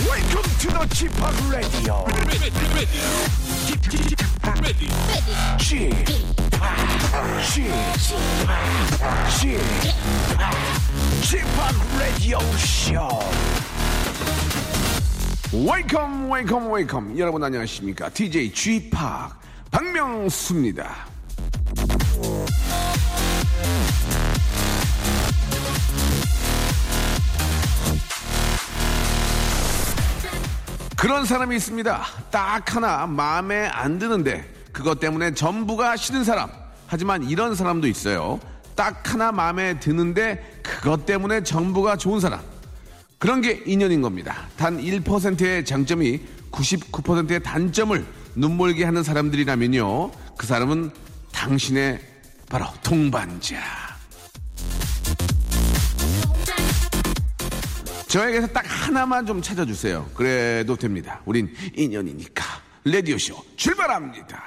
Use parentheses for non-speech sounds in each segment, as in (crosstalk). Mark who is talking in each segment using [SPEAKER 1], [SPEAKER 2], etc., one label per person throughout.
[SPEAKER 1] to the Chip Radio. Chip, Chip, Chip, Radio Show. Welcome, welcome, welcome. 여러분 안녕하십니까? DJ G 팍 박명수입니다. 그런 사람이 있습니다. 딱 하나 마음에 안 드는데 그것 때문에 전부가 싫은 사람. 하지만 이런 사람도 있어요. 딱 하나 마음에 드는데 그것 때문에 전부가 좋은 사람. 그런 게 인연인 겁니다. 단 1%의 장점이 99%의 단점을 눈물게 하는 사람들이라면요. 그 사람은 당신의 바로 동반자. 저에게서 딱 하나만 좀 찾아주세요. 그래도 됩니다. 우린 인연이니까. 레디오쇼 출발합니다.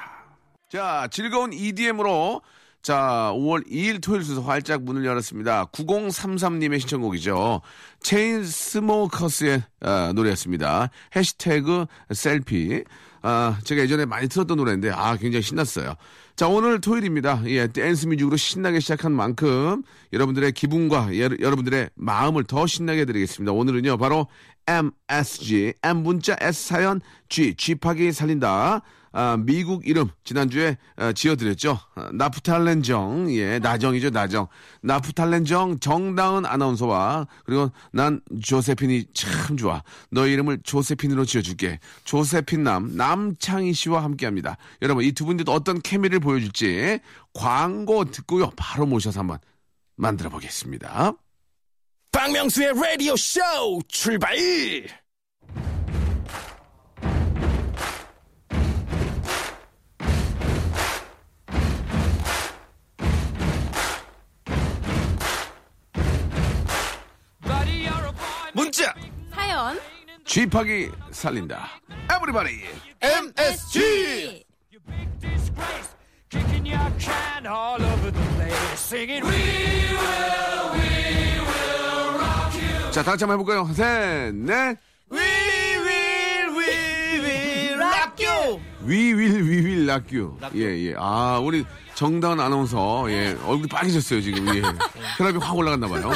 [SPEAKER 1] 자, 즐거운 EDM으로 자, 5월 2일 토요일 순서 활짝 문을 열었습니다. 9033님의 신청곡이죠. 체인 스모커스의 아, 노래였습니다. 해시태그 셀피. 아, 제가 예전에 많이 들었던 노래인데, 아, 굉장히 신났어요. 자, 오늘 토요일입니다. 예, 댄스 뮤직으로 신나게 시작한 만큼 여러분들의 기분과 예, 여러분들의 마음을 더 신나게 드리겠습니다. 오늘은요, 바로 MSG, M 문자 S 사연 G, G파기 살린다. 아, 미국 이름 지난주에 아, 지어드렸죠. 아, 나프탈렌정, 예, 나정이죠, 나정. 나프탈렌정 정다은 아나운서와 그리고 난 조세핀이 참 좋아. 너 이름을 조세핀으로 지어줄게. 조세핀남 남창희 씨와 함께합니다. 여러분 이 두 분들도 어떤 케미를 보여줄지 광고 듣고요 바로 모셔서 한번 만들어 보겠습니다.
[SPEAKER 2] 박명수의 라디오 쇼 출발! 문자
[SPEAKER 3] 사연
[SPEAKER 1] 쥐파기 살린다. 에브리바디
[SPEAKER 2] MSG
[SPEAKER 4] Kicking your can all over the place, singing "We
[SPEAKER 1] 자 다시 한번 해볼까요? 셋, 넷.
[SPEAKER 2] We will we will rock you
[SPEAKER 1] 위윌 위윌 락규 예예 아 우리 정다은 아나운서 예 얼굴이 빨개졌어요 지금 예 혈압이 확 올라갔나 봐요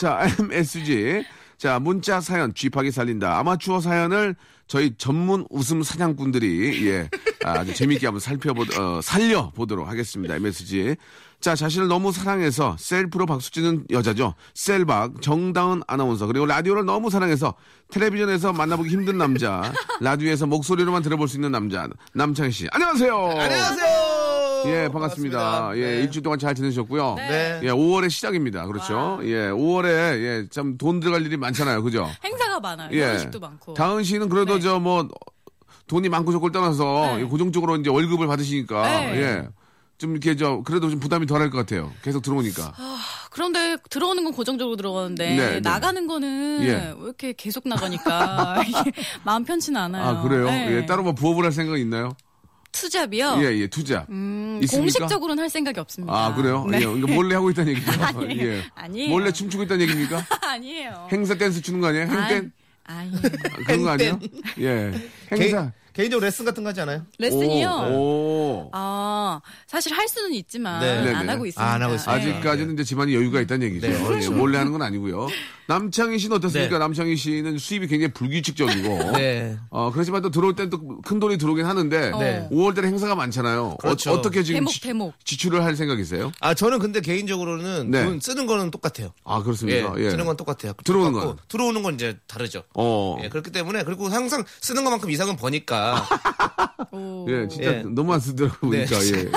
[SPEAKER 1] 자 MSG 자 문자 사연 쥐파기 살린다 아마추어 사연을 저희 전문 웃음 사냥꾼들이 예 아주 재밌게 한번 살펴보 어, 살려 보도록 하겠습니다 MSG 자 자신을 너무 사랑해서 셀프로 박수치는 여자죠 셀박 정다은 아나운서 그리고 라디오를 너무 사랑해서 텔레비전에서 만나보기 힘든 남자 라디오에서 목소리로만 들어볼 수 있는 남자 남창희 씨 안녕하세요
[SPEAKER 2] 안녕하세요
[SPEAKER 1] 예, 반갑습니다. 예,
[SPEAKER 2] 네.
[SPEAKER 1] 일주일 동안 잘 지내셨고요.
[SPEAKER 2] 네.
[SPEAKER 1] 예, 5월의 시작입니다. 그렇죠? 예, 5월에 예, 참 돈 들어갈 일이 많잖아요. 그죠?
[SPEAKER 3] 행사가 많아요.
[SPEAKER 1] 예.
[SPEAKER 3] 결혼식도 많고.
[SPEAKER 1] 다은 씨는 그래도
[SPEAKER 3] 네.
[SPEAKER 1] 저 뭐 돈이 많고 적고를 떠나서
[SPEAKER 3] 네.
[SPEAKER 1] 예, 고정적으로 이제 월급을 받으시니까
[SPEAKER 3] 네.
[SPEAKER 1] 예. 좀 이렇게 저 그래도 좀 부담이 덜할 것 같아요. 계속 들어오니까.
[SPEAKER 3] 그런데 들어오는 건 고정적으로 들어오는데
[SPEAKER 1] 네, 네.
[SPEAKER 3] 나가는 거는
[SPEAKER 1] 예.
[SPEAKER 3] 왜 이렇게 계속 나가니까 (laughs) 이게 마음 편치는 않아요.
[SPEAKER 1] 아, 그래요?
[SPEAKER 3] 네.
[SPEAKER 1] 예, 따로 뭐 부업을 할 생각 있나요?
[SPEAKER 3] 투잡이요.
[SPEAKER 1] 예, 예, 투자.
[SPEAKER 3] 음,
[SPEAKER 1] 있습니까?
[SPEAKER 3] 공식적으로는 할 생각이 없습니다.
[SPEAKER 1] 아, 그래요?
[SPEAKER 3] 네.
[SPEAKER 1] 예, 그러니까 몰래 하고 있다는 얘기죠.
[SPEAKER 3] (laughs) 아니에요.
[SPEAKER 1] 예.
[SPEAKER 3] 아니에요. 어.
[SPEAKER 1] 몰래 춤추고 있다는 얘기입니까?
[SPEAKER 3] (laughs) 아니에요.
[SPEAKER 1] 행사 댄스 추는 거 아니에요? 행댄?
[SPEAKER 3] 아니,
[SPEAKER 1] 그런 거 아니에요? 예.
[SPEAKER 2] 개,
[SPEAKER 1] 행사.
[SPEAKER 2] 개인적으로 레슨 같은 거 하지 않아요?
[SPEAKER 3] 레슨이요.
[SPEAKER 1] 오. 오.
[SPEAKER 3] 아, 사실 할 수는 있지만
[SPEAKER 2] 네.
[SPEAKER 1] 네,
[SPEAKER 3] 안
[SPEAKER 1] 네.
[SPEAKER 3] 하고
[SPEAKER 1] 아,
[SPEAKER 3] 있습니다.
[SPEAKER 2] 안 하고 있습니다.
[SPEAKER 3] 네.
[SPEAKER 1] 아직까지는 이제 집안에 여유가 있다는 얘기죠.
[SPEAKER 2] 네, 그렇죠.
[SPEAKER 1] 예, 몰래 하는 건 아니고요. 남창희 씨는 어떻습니까?
[SPEAKER 2] 네.
[SPEAKER 1] 남창희 씨는 수입이 굉장히 불규칙적이고.
[SPEAKER 2] (laughs) 네.
[SPEAKER 1] 어, 그렇지만 또 들어올 땐 또 큰 돈이 들어오긴 하는데.
[SPEAKER 3] 네.
[SPEAKER 1] 5월달에 행사가 많잖아요.
[SPEAKER 2] 그렇죠.
[SPEAKER 1] 어, 떻게 지금
[SPEAKER 3] 대목,
[SPEAKER 1] 지,
[SPEAKER 3] 대목.
[SPEAKER 1] 출을할 생각이세요?
[SPEAKER 2] 아 저는 근데 개인적으로는
[SPEAKER 1] 네.
[SPEAKER 2] 돈 쓰는 거는 똑같아요
[SPEAKER 1] 아, 그렇습니까? 예.
[SPEAKER 2] 쓰는 건 똑같아요
[SPEAKER 1] 들어오는
[SPEAKER 2] 똑같고,
[SPEAKER 1] 건?
[SPEAKER 2] 들어오는 건 이제 다르죠
[SPEAKER 1] 어.
[SPEAKER 2] 예, 그렇기 때문에 그리고 항상 쓰는 것만큼 이상은 버니까
[SPEAKER 1] 아,
[SPEAKER 3] 오.
[SPEAKER 1] 예, 진짜
[SPEAKER 2] 예.
[SPEAKER 1] 너무 안 쓰더라고요.
[SPEAKER 2] 네.
[SPEAKER 1] 보니까.
[SPEAKER 2] (laughs)
[SPEAKER 1] 예.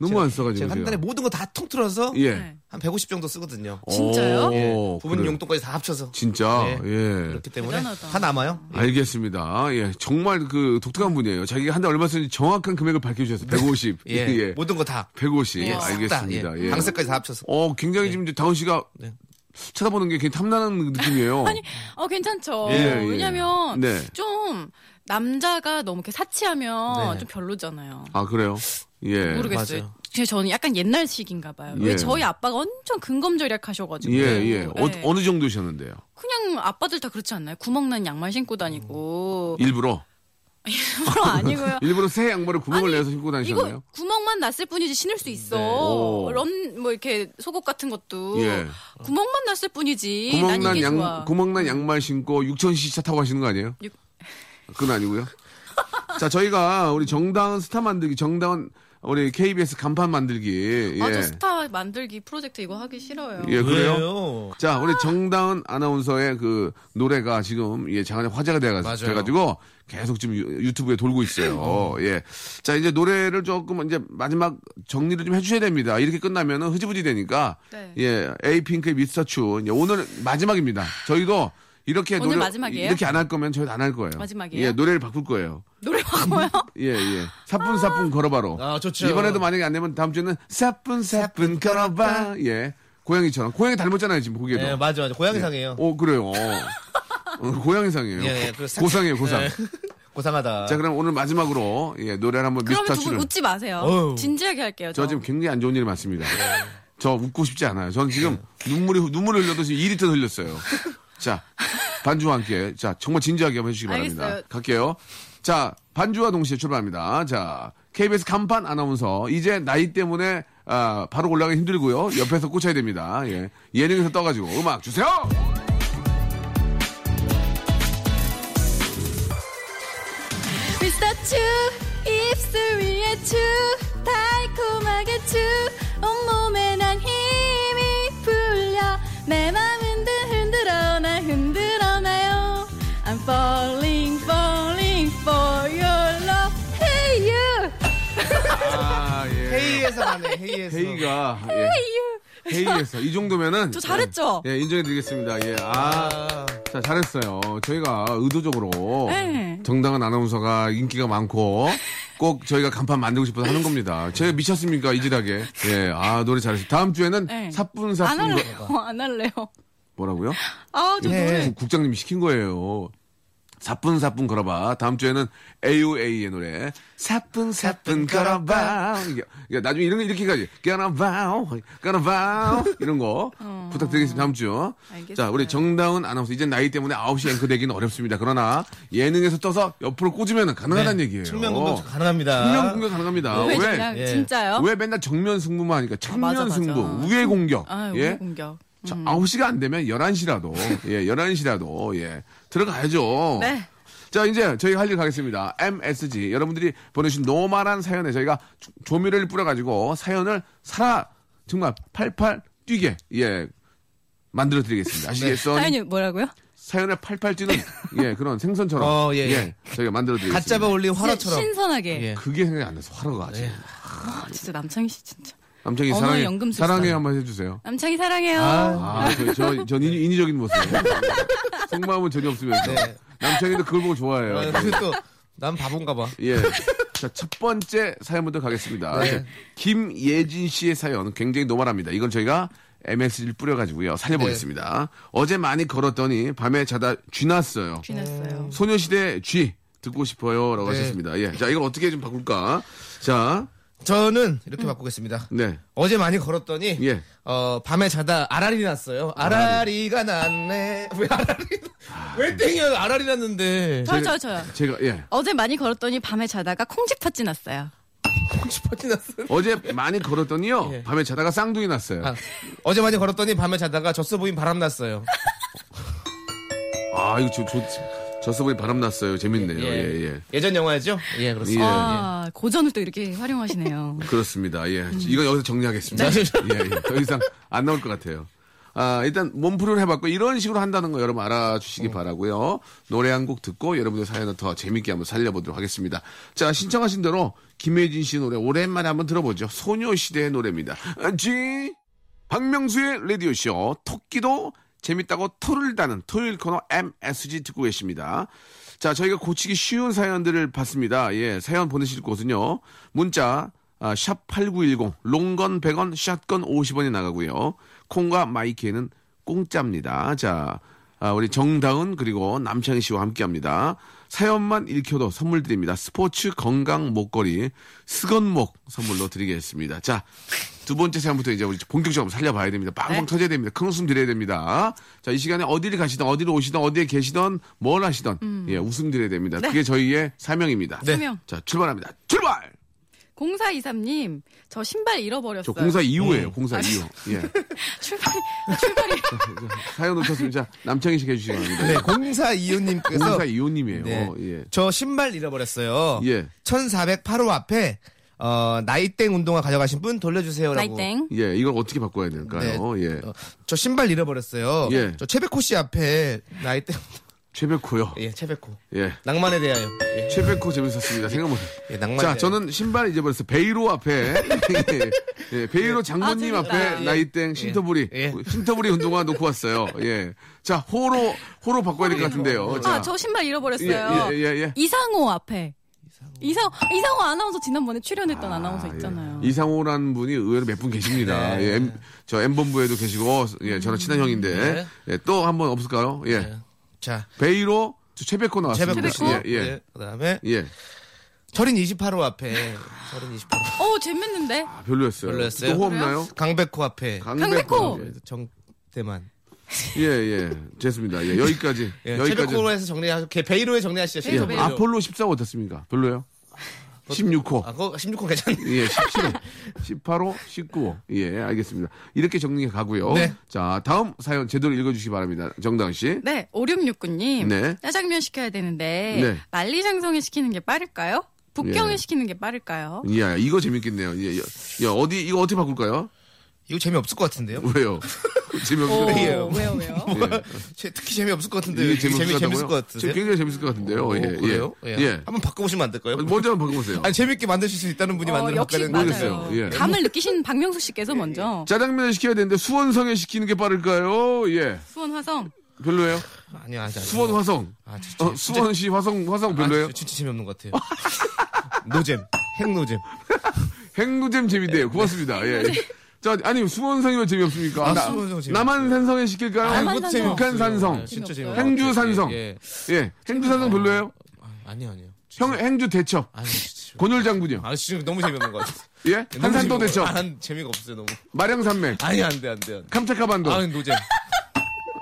[SPEAKER 1] 너무 안 써가지고.
[SPEAKER 2] 제가 한 달에
[SPEAKER 1] 제가.
[SPEAKER 2] 모든 거 다 통틀어서
[SPEAKER 1] 예.
[SPEAKER 3] 네.
[SPEAKER 2] 한 150 정도 쓰거든요.
[SPEAKER 3] 진짜요?
[SPEAKER 2] 예,
[SPEAKER 1] 오,
[SPEAKER 2] 부분
[SPEAKER 1] 그래요.
[SPEAKER 2] 용돈까지 다 합쳐서
[SPEAKER 1] 진짜.
[SPEAKER 2] 네.
[SPEAKER 1] 예.
[SPEAKER 2] 그렇기 때문에
[SPEAKER 3] 대단하다.
[SPEAKER 2] 다 남아요.
[SPEAKER 1] 알겠습니다. 예, 정말 그 독특한 분이에요. 자기가 한 달 얼마 쓰는지 정확한 금액을 밝혀주셨어요. 150.
[SPEAKER 2] 예, 모든 거 다.
[SPEAKER 1] 150.
[SPEAKER 3] 예, 싹
[SPEAKER 1] 알겠습니다.
[SPEAKER 2] 다,
[SPEAKER 1] 예.
[SPEAKER 2] 방세까지 다 합쳐서.
[SPEAKER 1] 어, 굉장히 지금 이제 다운 씨가
[SPEAKER 2] 네.
[SPEAKER 1] 쳐다보는 게 굉장히 탐나는 느낌이에요.
[SPEAKER 3] 어 괜찮죠.
[SPEAKER 1] 예, 예.
[SPEAKER 3] 왜냐면
[SPEAKER 1] 네.
[SPEAKER 3] 좀 남자가 너무 이렇게 사치하면
[SPEAKER 2] 네.
[SPEAKER 3] 좀 별로잖아요.
[SPEAKER 1] 아, 그래요? 예.
[SPEAKER 3] 모르겠어요.
[SPEAKER 2] 맞아요.
[SPEAKER 3] 제 저는 약간 옛날식인가 봐요.
[SPEAKER 1] 예.
[SPEAKER 3] 왜 저희 아빠가 엄청 근검절약 하셔가지고.
[SPEAKER 1] 예, 예. 어,
[SPEAKER 3] 네.
[SPEAKER 1] 어느 정도셨는데요?
[SPEAKER 3] 그냥 아빠들 다 그렇지 않나요? 구멍난 양말 신고 (laughs) 다니고.
[SPEAKER 1] 일부러?
[SPEAKER 3] 일부러 아니고요.
[SPEAKER 1] 일부러 새 양말을 구멍을 내서 신고
[SPEAKER 3] 이거
[SPEAKER 1] 다니셨나요? 네.
[SPEAKER 3] 구멍만 났을 뿐이지 신을 수 있어.
[SPEAKER 1] 오.
[SPEAKER 3] 런 뭐 이렇게 속옷 같은 것도
[SPEAKER 1] 예.
[SPEAKER 3] 구멍만 났을 뿐이지. 난
[SPEAKER 1] 구멍난
[SPEAKER 3] 이게
[SPEAKER 1] 양
[SPEAKER 3] 좋아.
[SPEAKER 1] 구멍난 양말 신고 6천시 차 타고 가시는 거 아니에요?
[SPEAKER 3] 육-
[SPEAKER 1] 그건 아니고요. 자, 저희가 우리 정다운 스타 만들기, 정다운 우리 KBS 간판 만들기. 예.
[SPEAKER 3] 맞아 스타 만들기 프로젝트 이거 하기 싫어요.
[SPEAKER 1] 예, 그래요?
[SPEAKER 2] 왜요?
[SPEAKER 1] 자, 우리 정다은 아나운서의 그 노래가 지금 예, 장안에 화제가 돼가,
[SPEAKER 2] 맞아요.
[SPEAKER 1] 돼가지고 계속 지금 유- 유튜브에 돌고 있어요.
[SPEAKER 2] 음.
[SPEAKER 1] 예. 자, 이제 노래를 조금 이제 마지막 정리를 좀 해주셔야 됩니다. 이렇게 끝나면은 흐지부지 되니까.
[SPEAKER 3] 네.
[SPEAKER 1] 예. 에이핑크의 미스터 츄. 이제 오늘 마지막입니다. 저희도 이렇게
[SPEAKER 3] 오늘
[SPEAKER 1] 노래
[SPEAKER 3] 마지막이에요?
[SPEAKER 1] 이렇게 안 할 거면 저희도 안 할 거예요.
[SPEAKER 3] 마지막이에요?
[SPEAKER 1] 예, 노래를 바꿀 거예요.
[SPEAKER 3] 노래 바꿔요?
[SPEAKER 1] (laughs) 예, 예. 사뿐사뿐 걸어봐로.
[SPEAKER 2] 아, 좋죠.
[SPEAKER 1] 이번에도 만약에 안 되면 다음 주에는 사뿐사뿐 걸어봐. 예. 고양이처럼. 고양이 닮았잖아요, 지금 보기에도.
[SPEAKER 2] 예, 맞아, 맞아. 고양이상이에요.
[SPEAKER 1] 오, 그래요. 어, 고양이상이에요.
[SPEAKER 2] 예, 예, 그래서
[SPEAKER 1] 고상이에요, 고상.
[SPEAKER 2] 예. 고상하다.
[SPEAKER 1] 자, 그럼 오늘 마지막으로, 예, 노래를 한번 미스터
[SPEAKER 3] 그러면 두 분
[SPEAKER 1] 츄를.
[SPEAKER 3] 웃지 마세요.
[SPEAKER 2] 어휴.
[SPEAKER 3] 진지하게 할게요. 저,
[SPEAKER 1] 저 지금 굉장히 안 좋은 일이 많습니다. 저 웃고 싶지 않아요. 저는 지금 눈물이, 눈물 흘려도 지금 2리터 흘렸어요. 자, 반주와 함께. 자, 정말 진지하게 한번 해주시기
[SPEAKER 3] 알겠어요.
[SPEAKER 1] 바랍니다. 갈게요. 자, 반주와 동시에 출발합니다. 자, KBS 간판 아나운서. 이제 나이 때문에, 아, 바로 올라가기 힘들고요. 옆에서 꽂혀야 됩니다. 예. 예능에서 떠가지고 음악 주세요!
[SPEAKER 3] 미스터 츄 입술 위에 츄 달콤하게 츄 온몸에 난 힘이 풀려 내 맘 흔들 흔들어 나 흔들어 나요 I'm falling falling for your love Hey you
[SPEAKER 1] 아, 예.
[SPEAKER 2] 회의에서 가네, 회의에서.
[SPEAKER 1] 회의가, 예.
[SPEAKER 3] Hey you
[SPEAKER 1] 회의에서 이 정도면은
[SPEAKER 3] 저 잘했죠?
[SPEAKER 1] 예, 인정해드리겠습니다. 예, 아,
[SPEAKER 2] 아,
[SPEAKER 1] 자 잘했어요. 저희가 의도적으로
[SPEAKER 3] 네.
[SPEAKER 1] 정당한 아나운서가 인기가 많고 꼭 저희가 간판 만들고 싶어서 하는 겁니다. 제가 미쳤습니까 이질하게? 예, 아 노래 잘했어요. 다음 주에는
[SPEAKER 3] 네. 안
[SPEAKER 1] 사뿐사뿐 거-
[SPEAKER 3] 할래요 어, 안 할래요
[SPEAKER 1] 뭐라고요?
[SPEAKER 3] 아저
[SPEAKER 2] 네.
[SPEAKER 3] 노래
[SPEAKER 1] 국- 국장님이 시킨 거예요. 사뿐사뿐 걸어봐. 다음 주에는 AOA의 노래. 사뿐사뿐 걸어봐. 이게- 이게 나중에 이런 거 이렇게 가지. 걸어봐. 걸어봐. 이런
[SPEAKER 3] (laughs)
[SPEAKER 1] 거 부탁드리겠습니다. 다음 주.
[SPEAKER 3] 알겠어요.
[SPEAKER 1] 자, 우리 정다운 아나운서. 이제 나이 때문에 9시 앵커 되기는 어렵습니다. 그러나 예능에서 떠서 옆으로 꽂으면 가능하다는 얘기예요.
[SPEAKER 2] 네. 측면 공격 가능합니다.
[SPEAKER 1] 측면 공격 가능합니다.
[SPEAKER 3] 왜
[SPEAKER 1] 아, 왜?
[SPEAKER 3] 그냥
[SPEAKER 2] 예.
[SPEAKER 3] 진짜요?
[SPEAKER 1] 왜 맨날 정면 승부만 하니까 측면
[SPEAKER 3] 맞아, 맞아.
[SPEAKER 1] 승부, 우회 공격.
[SPEAKER 3] 아
[SPEAKER 1] 예?
[SPEAKER 3] 우리 공격
[SPEAKER 1] 자, 9시가 안 되면 11시라도, 예, 11시라도, 예, 들어가야죠.
[SPEAKER 3] 네.
[SPEAKER 1] 자, 이제 저희 할 일 가겠습니다. MSG. 여러분들이 보내주신 노말한 사연에 저희가 조- 조미료를 뿌려가지고 사연을 살아, 정말 팔팔 뛰게, 예, 만들어
[SPEAKER 2] 네.
[SPEAKER 1] 드리겠습니다. 아시겠어?
[SPEAKER 3] 사연이 네. 뭐라고요?
[SPEAKER 1] 사연을 팔팔 뛰는, 예, 그런 생선처럼.
[SPEAKER 2] 어, 예, 예.
[SPEAKER 1] 저희가 만들어
[SPEAKER 2] 갓
[SPEAKER 1] 드리겠습니다.
[SPEAKER 2] 잡아 올린 화로처럼.
[SPEAKER 3] 신선하게
[SPEAKER 2] 예.
[SPEAKER 1] 그게 생각이 안 나서 화로가. 지금.
[SPEAKER 3] 아, 진짜 남창희 씨 진짜
[SPEAKER 1] 남창이
[SPEAKER 3] 언어의
[SPEAKER 1] 사랑해,
[SPEAKER 3] 연금술사.
[SPEAKER 1] 사랑해 한번 해주세요.
[SPEAKER 3] 남창희 사랑해요
[SPEAKER 1] 아, 저, 저, 전 인위, 인위적인 모습. 속마음은 전혀 없으면서.
[SPEAKER 2] 네.
[SPEAKER 1] 남창이도 그걸 보고
[SPEAKER 2] 아,
[SPEAKER 1] 좋아해요.
[SPEAKER 2] 근데 또, 난 바본가 봐.
[SPEAKER 1] 예. 자, 첫 번째 사연부터 가겠습니다.
[SPEAKER 2] 네.
[SPEAKER 1] 자, 김예진 씨의 사연 굉장히 노멀합니다. 이건 저희가 MSG를 뿌려가지고요. 살려보겠습니다.
[SPEAKER 2] 네.
[SPEAKER 1] 어제 많이 걸었더니 밤에 자다 쥐났어요. 음.
[SPEAKER 3] 쥐났어요
[SPEAKER 1] 소녀시대 쥐 듣고 싶어요. 라고
[SPEAKER 2] 네.
[SPEAKER 1] 하셨습니다. 예. 자, 이걸 어떻게 좀 바꿀까? 자,
[SPEAKER 2] 저는 이렇게 바꾸겠습니다.
[SPEAKER 1] 네.
[SPEAKER 2] 어제 많이 걸었더니
[SPEAKER 1] 예.
[SPEAKER 2] 어, 밤에 자다 아라리 났어요. 아라리가 났네. 왜 아라리? 왜 땡이야? 아라리 났는데.
[SPEAKER 3] 저요 저요 저요
[SPEAKER 1] 제가, 예.
[SPEAKER 3] 어제 많이 걸었더니 밤에 자다가 콩쥐팥쥐 났어요
[SPEAKER 1] 네,
[SPEAKER 2] 콩쥐팥이 났어요.
[SPEAKER 1] 어제 많이 걸었더니요.
[SPEAKER 2] 그 예.
[SPEAKER 1] 밤에 자다가 쌍둥이 났어요.
[SPEAKER 2] 아, 어제 많이 걸었더니 밤에 자다가 젖소 보인 바람 났어요.
[SPEAKER 1] 아, 이거 저, 저, 저 서버에 바람났어요. 재밌네요. 예, 예.
[SPEAKER 2] 전 영화였죠? 예,
[SPEAKER 1] 예.
[SPEAKER 2] 그렇습니다.
[SPEAKER 3] 아 고전을 또
[SPEAKER 1] (laughs)
[SPEAKER 3] 이렇게 활용하시네요
[SPEAKER 1] 그렇습니다. 예. 이건 여기서 정리하겠습니다.
[SPEAKER 2] 네.
[SPEAKER 1] (laughs) 예, 예. 더 이상 안 나올 것 같아요. 아, 일단 몸풀을 해봤고 이런 식으로 한다는 거 여러분 알아주시기 바라고요. 노래 한 곡 듣고 여러분들 사연을 더 재밌게 한번 살려보도록 하겠습니다. 자, 신청하신 대로 김혜진 씨 노래 오랜만에 한번 들어보죠. 소녀시대의 노래입니다. 아, 지 박명수의 라디오쇼 토끼도 재밌다고 토를 다는 토요일 코너 MSG 듣고 계십니다. 자, 저희가 고치기 쉬운 사연들을 봤습니다. 예, 사연 보내실 곳은요. 문자 아, 샵8910 롱건 100원 샷건 50원이 나가고요. 콩과 마이키에는 공짜입니다. 자, 아, 우리 정다은 그리고 남창희 씨와 함께합니다. 사연만 읽혀도 선물 드립니다. 스포츠 건강 목걸이 스건목 선물로 드리겠습니다. 자, 두 번째 사연부터 이제 우리 본격적으로 살려봐야 됩니다. 빵빵
[SPEAKER 3] 네.
[SPEAKER 1] 터져야 됩니다. 큰 웃음 드려야 됩니다. 자, 이 시간에 어디를 가시든 어디를 오시든 어디에 계시든 뭘 하시든 예, 웃음 드려야 됩니다.
[SPEAKER 3] 네.
[SPEAKER 1] 그게 저희의 사명입니다.
[SPEAKER 2] 네.
[SPEAKER 3] 투명.
[SPEAKER 1] 자, 출발합니다. 출발!
[SPEAKER 3] 0423님, 저 신발 잃어버렸어요.
[SPEAKER 1] 저 공사 이후에요. 공사 이후. 예.
[SPEAKER 3] (laughs) 출발이,
[SPEAKER 1] (laughs)
[SPEAKER 3] 아, 출발이.
[SPEAKER 1] 사연 놓쳤으면 자, 남창희 씨 해주시기 바랍니다.
[SPEAKER 2] 네, 공사 이웃님께서
[SPEAKER 1] 예. 공사 이호님이에요.
[SPEAKER 2] 네.
[SPEAKER 1] 예.
[SPEAKER 2] 저 신발 잃어버렸어요.
[SPEAKER 1] 예.
[SPEAKER 2] 1408호 앞에 어, 나이땡 운동화 가져가신 분 돌려주세요라고.
[SPEAKER 3] 나이땡.
[SPEAKER 1] 예, 이걸 어떻게 바꿔야 될까요?
[SPEAKER 2] 네.
[SPEAKER 1] 예.
[SPEAKER 2] 어, 저 신발 잃어버렸어요.
[SPEAKER 1] 예.
[SPEAKER 2] 저 최백호 씨 앞에 나이땡
[SPEAKER 1] 최백호요.
[SPEAKER 2] 예, 최백호.
[SPEAKER 1] 예.
[SPEAKER 2] 낭만에 대하여. 예.
[SPEAKER 1] 최백호 재밌었습니다. 생각 못.
[SPEAKER 2] 예, 낭만에
[SPEAKER 1] 자,
[SPEAKER 2] 대하여.
[SPEAKER 1] 저는 신발 잊어버렸어요. 베이로
[SPEAKER 2] (laughs)
[SPEAKER 1] 앞에. 예, 예, 베이로 장모님
[SPEAKER 3] 아, 재밌다.
[SPEAKER 1] 앞에 나이땡 신터부리.
[SPEAKER 2] 예.
[SPEAKER 1] 신터부리 운동화 놓고 왔어요. 예. 자, 호로, 호로 바꿔야 될 것
[SPEAKER 2] 예.
[SPEAKER 1] 같은데요. 자.
[SPEAKER 3] 아, 저 신발 잃어버렸어요.
[SPEAKER 1] 예, 예, 예, 예.
[SPEAKER 3] 이상호 앞에. 이상호. 이상호 아나운서 지난번에 출연했던 아, 나운서 있잖아요.
[SPEAKER 1] 예. 이상호라는 분이 의외로 몇 분 계십니다.
[SPEAKER 2] 네.
[SPEAKER 1] 예, M, 저 M본부에도 계시고, 예, 저랑
[SPEAKER 2] 음,
[SPEAKER 1] 친한 형인데,
[SPEAKER 2] 네.
[SPEAKER 1] 예, 또 한 번 없을까요? 예.
[SPEAKER 2] 자,
[SPEAKER 1] 베이로, 저 최백호 나왔습니다.
[SPEAKER 2] 네. 최백호.
[SPEAKER 1] 예,
[SPEAKER 3] 최백호?
[SPEAKER 1] 예.
[SPEAKER 2] 예, 그다음에
[SPEAKER 1] 예.
[SPEAKER 2] 철인 28호 앞에 철인 28호
[SPEAKER 3] 어, 재밌는데?
[SPEAKER 1] 아, 별로였어요.
[SPEAKER 2] 별로였어요?
[SPEAKER 1] 또호 없나요?
[SPEAKER 2] 강백호 앞에
[SPEAKER 3] 강백호.
[SPEAKER 1] 예.
[SPEAKER 2] 정대만.
[SPEAKER 1] 예, 예. 됐습니다. 예, 여기까지.
[SPEAKER 2] (laughs) 예,
[SPEAKER 1] 여기까지.
[SPEAKER 2] 최백호로 해서 정리하고 베이로에 정리하시죠.
[SPEAKER 1] 예,
[SPEAKER 3] 베이로, 베이로.
[SPEAKER 1] 아폴로 14호 어떻습니까? 별로요? 16호.
[SPEAKER 2] 아, 그거 16호 괜찮네.
[SPEAKER 1] 예, 17호. 18호, 19호. 예, 알겠습니다. 이렇게 정리해 가고요.
[SPEAKER 2] 네.
[SPEAKER 1] 자, 다음 사연 제대로 읽어주시기 바랍니다. 정당 씨.
[SPEAKER 3] 네, 5669님.
[SPEAKER 1] 네.
[SPEAKER 3] 짜장면 시켜야 되는데,
[SPEAKER 1] 네.
[SPEAKER 3] 만리장성에 시키는 게 빠를까요? 북경에
[SPEAKER 1] 예.
[SPEAKER 3] 시키는 게 빠를까요?
[SPEAKER 1] 이야, 이거 재밌겠네요. 예, 야, 야, 어디, 이거 어떻게 바꿀까요? (laughs)
[SPEAKER 2] 이거 재미없을 것 같은데요?
[SPEAKER 1] 왜요? (laughs) 재미없는데.
[SPEAKER 2] 왜요?
[SPEAKER 3] 어, 왜요, 왜요?
[SPEAKER 2] 뭐, (laughs) 제- 특히 재미없을 것 같은데 이게 어, 예. 재미 재밌을 것
[SPEAKER 1] 예. 지금
[SPEAKER 2] 같은데.
[SPEAKER 1] 굉장히 재밌을 것 같은데요.
[SPEAKER 2] 오,
[SPEAKER 1] 예, 예.
[SPEAKER 2] 그래요? 예.
[SPEAKER 1] 예. 뭐,
[SPEAKER 2] 한번 바꿔보시면 안 될까요?
[SPEAKER 1] 먼저 한번 바꿔보세요.
[SPEAKER 2] 아니 재밌게 만드실 수 있다는 분이
[SPEAKER 3] 어,
[SPEAKER 2] 만들어
[SPEAKER 3] 역시
[SPEAKER 2] 는
[SPEAKER 1] 모르겠어요.
[SPEAKER 3] 맞아요.
[SPEAKER 1] 예.
[SPEAKER 3] 감을 느끼신 박명수 씨께서 먼저
[SPEAKER 1] 짜장면을 시켜야 되는데 수원성에 시키는 게 빠를까요? 예.
[SPEAKER 3] 수원 화성
[SPEAKER 1] 별로예요?
[SPEAKER 2] 아니요, 아니, 아니.
[SPEAKER 1] 수원 화성.
[SPEAKER 2] 아, 진짜,
[SPEAKER 1] 어, 수원시 화성, 화성 별로예요?
[SPEAKER 2] 아, 진짜, 진짜 재미없는 것 같아요. (laughs) 노잼, 핵노잼.
[SPEAKER 1] 행노잼 재미돼요. 고맙습니다. 예. 자, 아니 수원성이면 재미없습니까?
[SPEAKER 2] 아, 수원성 재미없어요.
[SPEAKER 1] 남한산성에 시킬까요?
[SPEAKER 3] 남한 산성.
[SPEAKER 2] 이것도 아, 재미없어요.
[SPEAKER 1] 북한산성.
[SPEAKER 2] 아, 진짜 재미없어요.
[SPEAKER 3] 재미없어요.
[SPEAKER 1] 행주산성.
[SPEAKER 2] 예, 예.
[SPEAKER 1] 예. 행주산성 별로예요?
[SPEAKER 2] 아, 아니요, 아니요. 진짜-
[SPEAKER 1] 형 행주 대첩.
[SPEAKER 2] 아니, 진짜.
[SPEAKER 1] 곤율장군요.
[SPEAKER 2] 아, 지금 너무 재미없는 것 같아요.
[SPEAKER 1] 예? (laughs) 한산도
[SPEAKER 2] 너무 재미없-
[SPEAKER 1] 대첩.
[SPEAKER 2] 아, 한- 재미가 없어요, 너무.
[SPEAKER 1] 마량산맥.
[SPEAKER 2] 아니, 안 돼, 안 돼, 안 돼.
[SPEAKER 1] 캄차카반도.
[SPEAKER 2] 아, 노잼.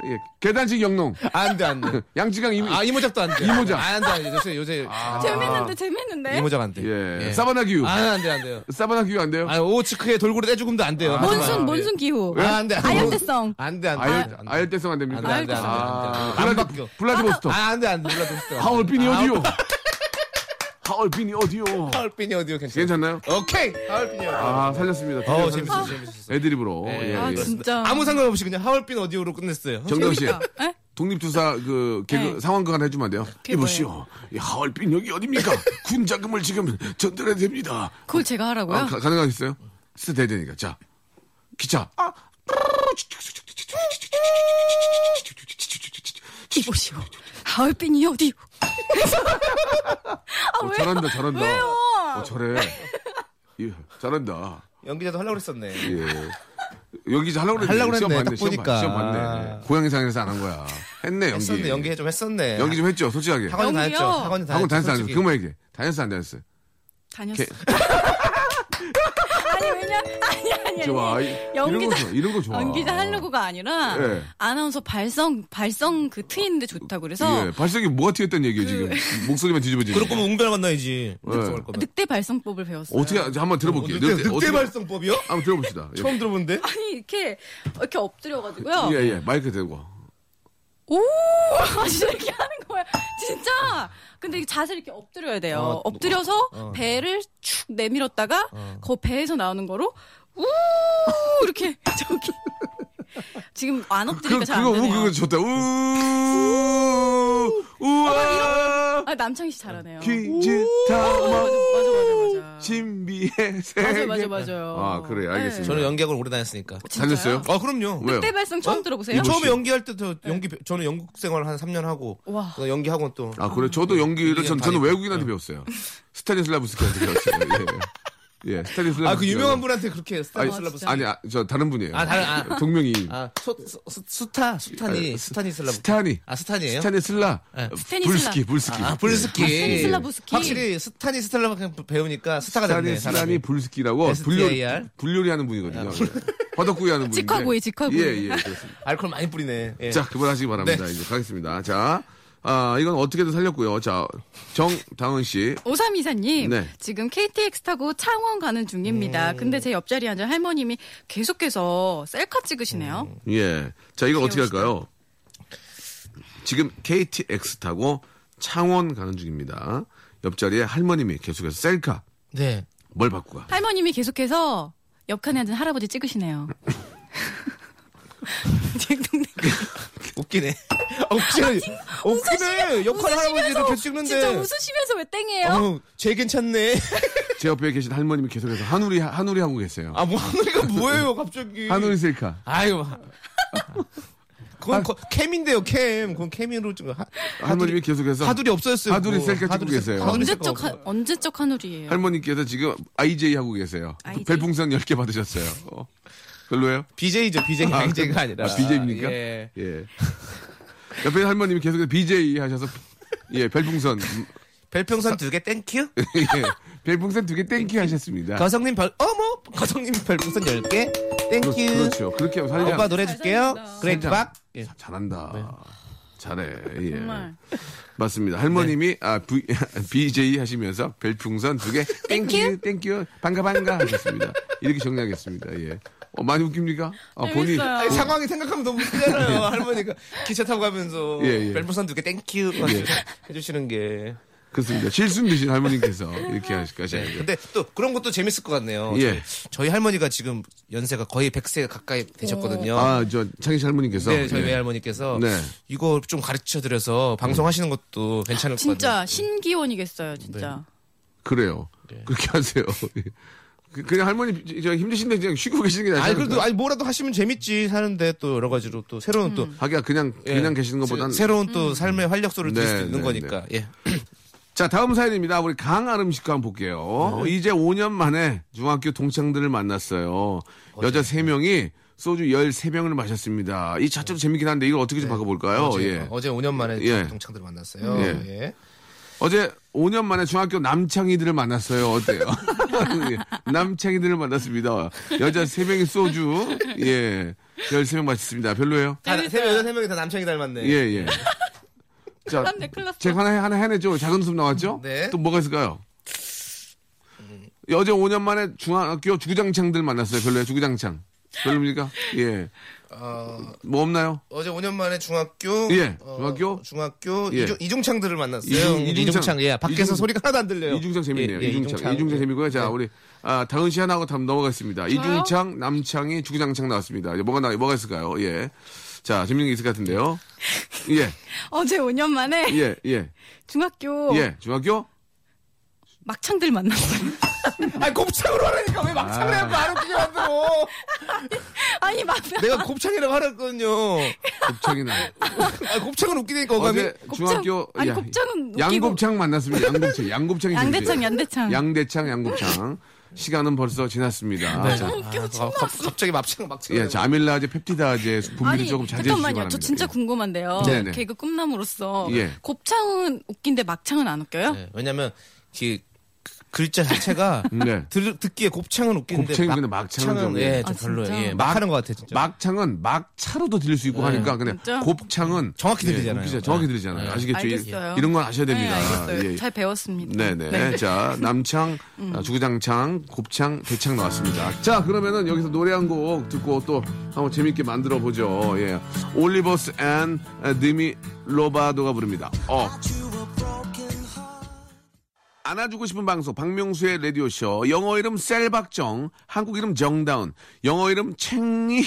[SPEAKER 1] 예. 계단식 영농. (laughs)
[SPEAKER 2] 안 돼, 안 돼.
[SPEAKER 1] 양지강 이미.
[SPEAKER 2] 아, 이모작도 안 돼.
[SPEAKER 1] 이모작.
[SPEAKER 2] 아, 안 돼, 안 돼. 요새, 요새.
[SPEAKER 1] 아.
[SPEAKER 3] 재밌는데 재밌는데
[SPEAKER 2] 이모작 안 돼.
[SPEAKER 1] 예. 사바나 기후.
[SPEAKER 2] 아, 안 돼, 안 돼요.
[SPEAKER 1] 사바나 기후 안 돼요?
[SPEAKER 2] 아, 오츠크의 돌고래 떼죽음도 안 돼요.
[SPEAKER 3] 몬순 몬순 기후
[SPEAKER 2] 아, 안 돼. 안 돼.
[SPEAKER 3] 아열대성.
[SPEAKER 2] 안 돼, 안 돼. 안
[SPEAKER 1] 아열
[SPEAKER 2] 돼, 안 돼.
[SPEAKER 1] 아열대성 안
[SPEAKER 2] 안
[SPEAKER 1] 됩니까?
[SPEAKER 2] 돼, 안 돼, 안 돼.
[SPEAKER 1] 아,
[SPEAKER 2] 안 돼. 안 바뀌어.
[SPEAKER 1] 블라디- 블라디보스토크.
[SPEAKER 2] 아, 안 돼, 안 돼. 몰라도 아,
[SPEAKER 1] 하얼빈이 어디요? (laughs) 하얼빈이 어디요?
[SPEAKER 2] 하얼빈이 어디요? 괜찮아.
[SPEAKER 1] 괜찮나요?
[SPEAKER 2] 오케이. 하얼빈이 어디요?
[SPEAKER 1] 아 살렸습니다.
[SPEAKER 2] 어, 재밌어, 재밌었어.
[SPEAKER 1] 애드립으로.
[SPEAKER 2] 예,
[SPEAKER 1] 예,
[SPEAKER 2] 예.
[SPEAKER 3] 아,
[SPEAKER 1] 예.
[SPEAKER 3] 진짜.
[SPEAKER 2] 아무 상관없이 그냥 하얼빈 어디요로 끝냈어요.
[SPEAKER 1] 정경 씨.
[SPEAKER 3] 재밌다. 예? 에?
[SPEAKER 1] 독립투사 그 개그
[SPEAKER 3] 네.
[SPEAKER 1] 상황극 하나 해주면 안 돼요?
[SPEAKER 3] 그게
[SPEAKER 1] 이보시오. 이 하얼빈 여기 어딥니까? 군 자금을 지금 전달해야 됩니다.
[SPEAKER 3] 그걸 제가 하라고요?
[SPEAKER 1] 아, 가, 가능하겠어요? 스대 되니까. 자. 기차. 아.
[SPEAKER 3] 이보시오
[SPEAKER 1] (laughs)
[SPEAKER 3] 하얼빈이 어디요? 아,
[SPEAKER 1] 어, 잘한다, 잘한다.
[SPEAKER 3] 왜요?
[SPEAKER 1] 어, 잘해. 예, 잘한다.
[SPEAKER 2] 연기자도 하려고 그랬었네.
[SPEAKER 1] 예. 여기 이제 하려고
[SPEAKER 2] 하려고
[SPEAKER 1] 시험 봤네.
[SPEAKER 2] 그랬네, 딱
[SPEAKER 1] 시험, 봤-
[SPEAKER 2] 보니까.
[SPEAKER 1] 시험 봤네. 고양이상에서 안 한 거야. 했네, 연기.
[SPEAKER 2] 했었네. 연기 좀 했었네.
[SPEAKER 1] 연기 좀 했죠, 솔직하게.
[SPEAKER 2] 학원
[SPEAKER 3] 연기요?
[SPEAKER 2] 다녔죠. 학원
[SPEAKER 1] 학원
[SPEAKER 2] 다녔죠.
[SPEAKER 1] 다녔어, 안 했어?
[SPEAKER 2] 솔직히.
[SPEAKER 1] 그만 얘기해. 다녔어, 안 다녔어?
[SPEAKER 3] 다녔어.
[SPEAKER 1] 개-
[SPEAKER 3] (laughs) 아니 왜냐? 아니 아니
[SPEAKER 1] 좋아. 이-
[SPEAKER 3] 아니.
[SPEAKER 1] 이런 거 좋아. 이런 거 좋아.
[SPEAKER 3] 연기자 하려고가 아니라
[SPEAKER 1] 예.
[SPEAKER 3] 아나운서 발성 발성 그 트인데 좋다고 그래서
[SPEAKER 1] 예, 발성이 뭐가 튀었다는 얘기예요, 지금. 목소리만 뒤집어지고.
[SPEAKER 2] 그럴 거면 웅변 만나야지. 늑성할 거면.
[SPEAKER 3] 늑대 발성법을 배웠어요.
[SPEAKER 1] 어떻게, 하- 한번 예. 들어볼게요.
[SPEAKER 2] 늑대,
[SPEAKER 1] 어떻게-
[SPEAKER 2] 늑대 발성법이요?
[SPEAKER 1] 한번 들어봅시다. 예.
[SPEAKER 2] 처음 들어본데?
[SPEAKER 3] 아니 이렇게 이렇게 엎드려가지고요.
[SPEAKER 1] 예, 예, 마이크 대고.
[SPEAKER 3] 오, (laughs) 아, 진짜 이렇게 하는 거야. 진짜. 근데 이 자세를 이렇게 엎드려야 돼요.
[SPEAKER 1] 아,
[SPEAKER 2] 어,
[SPEAKER 3] 엎드려서
[SPEAKER 2] 어.
[SPEAKER 3] 배를 축 내밀었다가
[SPEAKER 1] 어.
[SPEAKER 3] 그 배에서 나오는 거로 우 이렇게 (laughs) 저기 지금 안
[SPEAKER 1] 그,
[SPEAKER 3] 엎드리니까 잘
[SPEAKER 1] 그거,
[SPEAKER 3] 안
[SPEAKER 1] 우,
[SPEAKER 3] 되네요.
[SPEAKER 1] 그거 좋다. 우, 우와,
[SPEAKER 3] 아 남창희 씨 잘하네요. 오, 맞아
[SPEAKER 1] 퀴즈타마,
[SPEAKER 3] 맞아 맞아 맞아.
[SPEAKER 1] 신비의
[SPEAKER 3] 맞아
[SPEAKER 1] 세계.
[SPEAKER 3] 맞아 맞아요. 네.
[SPEAKER 1] 아, 그래, 알겠습니다.
[SPEAKER 2] 저는 연기학원 오래 다녔으니까.
[SPEAKER 3] 진짜요?
[SPEAKER 1] 다녔어요?
[SPEAKER 2] 아, 그럼요.
[SPEAKER 1] 왜요?
[SPEAKER 3] 늑대 발성 처음
[SPEAKER 2] 어?
[SPEAKER 3] 들어보세요.
[SPEAKER 2] 처음에 연기할 때 저 연기 배- 저는 연극 생활 한 3년 하고
[SPEAKER 3] 네. 와.
[SPEAKER 2] 그 연기 학원 또
[SPEAKER 3] 음, 예,
[SPEAKER 1] 아, 그래. 저도 연기를, 전, 저는
[SPEAKER 3] 어.
[SPEAKER 2] 다니고.
[SPEAKER 1] 외국인한테 배웠어요. 스타니슬라브스키한테 배웠어요. 예, 스타니슬라브.
[SPEAKER 2] 아 그 유명한 분한테 그렇게
[SPEAKER 1] 아니,
[SPEAKER 2] 스타니슬라브
[SPEAKER 1] 아니, 아, 저 다른 분이에요.
[SPEAKER 2] 아, 다른- 아.
[SPEAKER 1] 동명이.
[SPEAKER 2] 아, 소, 소, 수- 수타, 수타니,
[SPEAKER 1] 아, 스-
[SPEAKER 2] 수타니슬라브.
[SPEAKER 1] 스타니.
[SPEAKER 2] 아, 스타니예요
[SPEAKER 1] 스타니슬라. 어,
[SPEAKER 2] 네.
[SPEAKER 3] 스타니슬라.
[SPEAKER 1] 불스키, 불스키. 예.
[SPEAKER 2] 아, 불스키.
[SPEAKER 3] 스타니슬라브스키.
[SPEAKER 2] 확실히 스타니 슬라브 그냥 배우니까 스타가 됐네.
[SPEAKER 1] 스타니, 스타니
[SPEAKER 2] 사람이.
[SPEAKER 1] 불스키라고
[SPEAKER 2] STAR.
[SPEAKER 1] 불요리, 불요리 하는
[SPEAKER 2] 아,
[SPEAKER 1] 분이거든요. 화덕구이 하는 분인데.
[SPEAKER 3] 직화구이, 직화구이.
[SPEAKER 1] 예, 예. 그렇습니다.
[SPEAKER 2] 알코올 많이 뿌리네. 예.
[SPEAKER 1] 자, 그만하시기 바랍니다.
[SPEAKER 2] 네.
[SPEAKER 1] 이제 가겠습니다. 자, 아, 이건 어떻게든 살렸고요. 자, 정다은 씨.
[SPEAKER 3] 오삼이사님,
[SPEAKER 1] 네.
[SPEAKER 3] 지금 KTX 타고 창원 가는 중입니다.
[SPEAKER 2] 네.
[SPEAKER 3] 근데 제 옆자리에 앉은 할머님이 계속해서 셀카 찍으시네요.
[SPEAKER 2] 음.
[SPEAKER 1] 예. 자, 이거 어떻게 할까요? 지금 KTX 타고 창원 가는 중입니다. 옆자리에 할머님이 계속해서 셀카.
[SPEAKER 2] 네.
[SPEAKER 1] 뭘 받고 가?
[SPEAKER 3] 할머님이 계속해서 옆칸에 앉은 할아버지
[SPEAKER 2] (laughs)
[SPEAKER 3] 찍으시네요. 제 동네 (laughs)
[SPEAKER 2] 어, 웃기네. 아, 웃기네. 웃기네. 역할 할아버지
[SPEAKER 3] 웃으시면서,
[SPEAKER 2] 이렇게 찍는데.
[SPEAKER 3] 진짜 웃으시면서 왜 땡이에요?
[SPEAKER 1] 아,
[SPEAKER 2] 어, 쟤 괜찮네.
[SPEAKER 1] 제 옆에 계신 할머님이 계속해서 한우리, 한우리 하고 계세요.
[SPEAKER 2] 아, 뭐, 하늘이가 뭐예요, 갑자기.
[SPEAKER 1] 한우리 셀카.
[SPEAKER 2] 아유. 그건 거- 캠인데요, 캠. 그건 캠으로 찍어. 하-
[SPEAKER 1] 아. 할머님이 계속해서.
[SPEAKER 2] 하두리 없어졌어요.
[SPEAKER 1] 하두리
[SPEAKER 2] 그거.
[SPEAKER 1] 셀카 찍고
[SPEAKER 2] 하두리 셀카.
[SPEAKER 1] 계세요.
[SPEAKER 2] 하두리 셀카
[SPEAKER 3] 언제적
[SPEAKER 2] 없어요.
[SPEAKER 3] 한, 언제적 한울이에요?
[SPEAKER 1] 할머님께서 지금 IJ 하고 계세요. 그
[SPEAKER 3] IJ?
[SPEAKER 1] 별풍선 10개 받으셨어요. 어. 별로예요?
[SPEAKER 2] BJ죠, BJ. 가
[SPEAKER 1] 아,
[SPEAKER 2] BJ가 (laughs) 아니라.
[SPEAKER 1] 아, BJ입니까?
[SPEAKER 2] 예.
[SPEAKER 1] 옆에 할머님이 계속해서 BJ 하셔서, 예, 별풍선.
[SPEAKER 2] (laughs) 별풍선 두 개 땡큐.
[SPEAKER 1] (laughs) 예, 별풍선 두 개 땡큐 하셨습니다.
[SPEAKER 2] 거성님 별, 어머! 거성님 별풍선 10개.
[SPEAKER 1] 그렇-
[SPEAKER 2] 땡큐.
[SPEAKER 1] 그렇죠. 어. 그렇게 하면 살려.
[SPEAKER 2] 오빠 노래 줄게요.
[SPEAKER 3] 살짝.
[SPEAKER 2] 그레이트 박. 예.
[SPEAKER 1] 잘한다. 잘해. 예.
[SPEAKER 3] 정말.
[SPEAKER 1] 맞습니다. 할머님이
[SPEAKER 2] 네.
[SPEAKER 1] 아 (laughs) v, BJ 하시면서 별풍선 두 개 땡큐 땡큐 반가 반가 하셨습니다. 이렇게 정리하겠습니다. 예. 어, 많이 웃깁니까? 아, 본인
[SPEAKER 3] 재밌어요.
[SPEAKER 2] 아니, 상황이 생각하면 너무 웃기잖아요. 할머니가 기차 타고 가면서
[SPEAKER 1] 예, 예.
[SPEAKER 2] 별풍선 두 개 땡큐 해주시는 게.
[SPEAKER 1] 그렇습니다. 실순되신 할머님께서 이렇게 하실까 요
[SPEAKER 2] 근데 또 그런 것도 재밌을 것 같네요.
[SPEAKER 1] 예.
[SPEAKER 2] 저희, 저희 할머니가 지금 연세가 거의 100세 가까이 되셨거든요.
[SPEAKER 1] 아, 저 창희 씨 할머님께서
[SPEAKER 2] 네, 저희
[SPEAKER 1] 예.
[SPEAKER 2] 외할머니께서
[SPEAKER 1] 네.
[SPEAKER 2] 이거 좀 가르쳐 드려서 방송하시는 것도 괜찮을 것 같아요.
[SPEAKER 3] 진짜
[SPEAKER 1] 네.
[SPEAKER 3] 신기원이겠어요, 진짜.
[SPEAKER 1] 그래요.
[SPEAKER 2] 네.
[SPEAKER 1] 그렇게 하세요. (laughs) 예. 그- 그냥 할머니 저- 저 힘드신데 네, 그냥 쉬고 계시는 게 낫지
[SPEAKER 2] 아니 그래도
[SPEAKER 1] 않을까요?
[SPEAKER 2] 아니 뭐라도 하시면 재밌지 하는데 또 여러 가지로 또 새로운 또
[SPEAKER 1] 하기야 그냥 네. 그냥 계시는 것보다는
[SPEAKER 2] 예. 새, 로운또 삶의 활력소를 드릴
[SPEAKER 1] 네,
[SPEAKER 2] 수 있는
[SPEAKER 1] 네,
[SPEAKER 2] 거니까. 예.
[SPEAKER 1] 자, 다음 사연입니다. 우리 강아름 씨과 한번 볼게요.
[SPEAKER 2] 네.
[SPEAKER 1] 이제 5년 만에 중학교 동창들을 만났어요. 여자 3명이 소주 13병을 마셨습니다. 이 자체도 재밌긴 한데 이걸 어떻게 좀 바꿔볼까요?
[SPEAKER 2] 네. 어제,
[SPEAKER 1] 예.
[SPEAKER 2] 어제 5년 만에
[SPEAKER 1] 예.
[SPEAKER 2] 동창들 만났어요.
[SPEAKER 1] 예.
[SPEAKER 2] 예.
[SPEAKER 1] 어제 5년 만에 중학교 남창이들을 만났어요. 어때요? (laughs) 예, 남창이들을 만났습니다. 여자 3명이 소주, 예. 13병 마셨습니다. 별로예요?
[SPEAKER 2] 다, 세 명, 여자 세 명이 다 남창이 닮았네.
[SPEAKER 1] 예, 예. (laughs) 자,
[SPEAKER 3] 큰일 났네.
[SPEAKER 1] 제가 하나, 하나 해내죠. 작은 웃음 나왔죠?
[SPEAKER 2] 네.
[SPEAKER 1] 또 뭐가 있을까요? 음. 어제 5년 만에 중학교 주구장창들 만났어요. 별로예요, 주구장창. (laughs) 별로입니까? 예.
[SPEAKER 2] 어,
[SPEAKER 1] 뭐 없나요?
[SPEAKER 2] 어제 5년 만에 중학교
[SPEAKER 1] 예,
[SPEAKER 2] 어,
[SPEAKER 1] 중학교?
[SPEAKER 2] 중학교
[SPEAKER 1] 예.
[SPEAKER 2] 이중, 이중창들을 만났어요.
[SPEAKER 1] 이중-
[SPEAKER 2] 이중창,
[SPEAKER 1] 이중창,
[SPEAKER 2] 예. 밖에서
[SPEAKER 1] 이중-
[SPEAKER 2] 소리가 하나도 안 들려요.
[SPEAKER 1] 이중창 재밌네요.
[SPEAKER 2] 예, 예,
[SPEAKER 1] 이중창. 이중창, 재밌고요. 자, 우리, 아, 다은 씨 하나하고 다음 넘어가겠습니다. 이중창, 남창이, 주구장창 나왔습니다. 이제 뭐가 나, 뭐가 있을까요? 예. 자, 재밌는 게 있을 것 같은데요. 예,
[SPEAKER 3] 어제 5년 만에
[SPEAKER 1] 예, 예.
[SPEAKER 3] 중학교
[SPEAKER 1] 예, 중학교?
[SPEAKER 3] 막창들 만났어요. (laughs)
[SPEAKER 2] 아니 곱창으로 하라니까 왜 막창을
[SPEAKER 1] 아.
[SPEAKER 2] 해갖고 안 웃기게 만들어.
[SPEAKER 3] 아니, 막
[SPEAKER 1] 네.
[SPEAKER 2] 내가 곱창이라고 하랬거든요.
[SPEAKER 1] 곱창이나.
[SPEAKER 2] 아, 곱창은 웃기니까 어감이.
[SPEAKER 1] 어제
[SPEAKER 3] 곱창-
[SPEAKER 1] 중학교.
[SPEAKER 3] 아니, 곱창은 웃기고-
[SPEAKER 1] 양곱창 만났습니다. 양곱창. 양곱창이
[SPEAKER 3] 양대창,
[SPEAKER 1] 재밌어요.
[SPEAKER 3] 양대창.
[SPEAKER 1] 양대창, 양곱창. 시간은 벌써 지났습니다. 자,
[SPEAKER 3] 너무 웃겨,
[SPEAKER 2] 아, 갑- 갑자기 막창 막창.
[SPEAKER 1] 예, 자, 아밀라제, 펩티다제 분비를
[SPEAKER 3] 아니,
[SPEAKER 1] 조금 자제해 주시기
[SPEAKER 3] 잠깐만요.
[SPEAKER 1] 바랍니다. 예.
[SPEAKER 3] 저 진짜 궁금한데요.
[SPEAKER 1] 네네.
[SPEAKER 3] 개그 꿈남으로서
[SPEAKER 1] 예.
[SPEAKER 3] 곱창은 웃긴데 막창은 안 웃겨요?
[SPEAKER 2] 네, 왜냐면 그 글자 자체가
[SPEAKER 1] (laughs) 네.
[SPEAKER 2] 들, 듣기에 곱창은 웃기는데
[SPEAKER 1] 곱창이 근데 막창은 좀-
[SPEAKER 2] 예, 좀
[SPEAKER 3] 아,
[SPEAKER 2] 별로
[SPEAKER 3] 진짜?
[SPEAKER 2] 예, 막 하는 것 같아 진짜. 네.
[SPEAKER 1] 막창은 막차로도 들릴 수 있고 하니까 근데
[SPEAKER 3] 진짜?
[SPEAKER 1] 곱창은
[SPEAKER 2] 정확히
[SPEAKER 1] 예,
[SPEAKER 2] 들리잖아요.
[SPEAKER 1] 웃기죠. 정확히
[SPEAKER 2] 예.
[SPEAKER 1] 들리잖아요. 아시겠죠?
[SPEAKER 3] 알겠어요.
[SPEAKER 1] 이- 이런 건 아셔야
[SPEAKER 3] 네,
[SPEAKER 1] 됩니다.
[SPEAKER 3] 알겠어요.
[SPEAKER 1] 예.
[SPEAKER 3] 잘 배웠습니다. 음.
[SPEAKER 1] 네네. 자, 남창, 아, 주구장창, 곱창, 대창 나왔습니다. 자, 그러면은 여기서 노래 한 곡 듣고 또 한번 재밌게 만들어 보죠. 예. 올리버스 앤 니미 로바도가 부릅니다. 어. 안아주고 싶은 방송 박명수의 라디오쇼 영어 이름 셀박정 한국 이름 정다운 영어 이름 챙이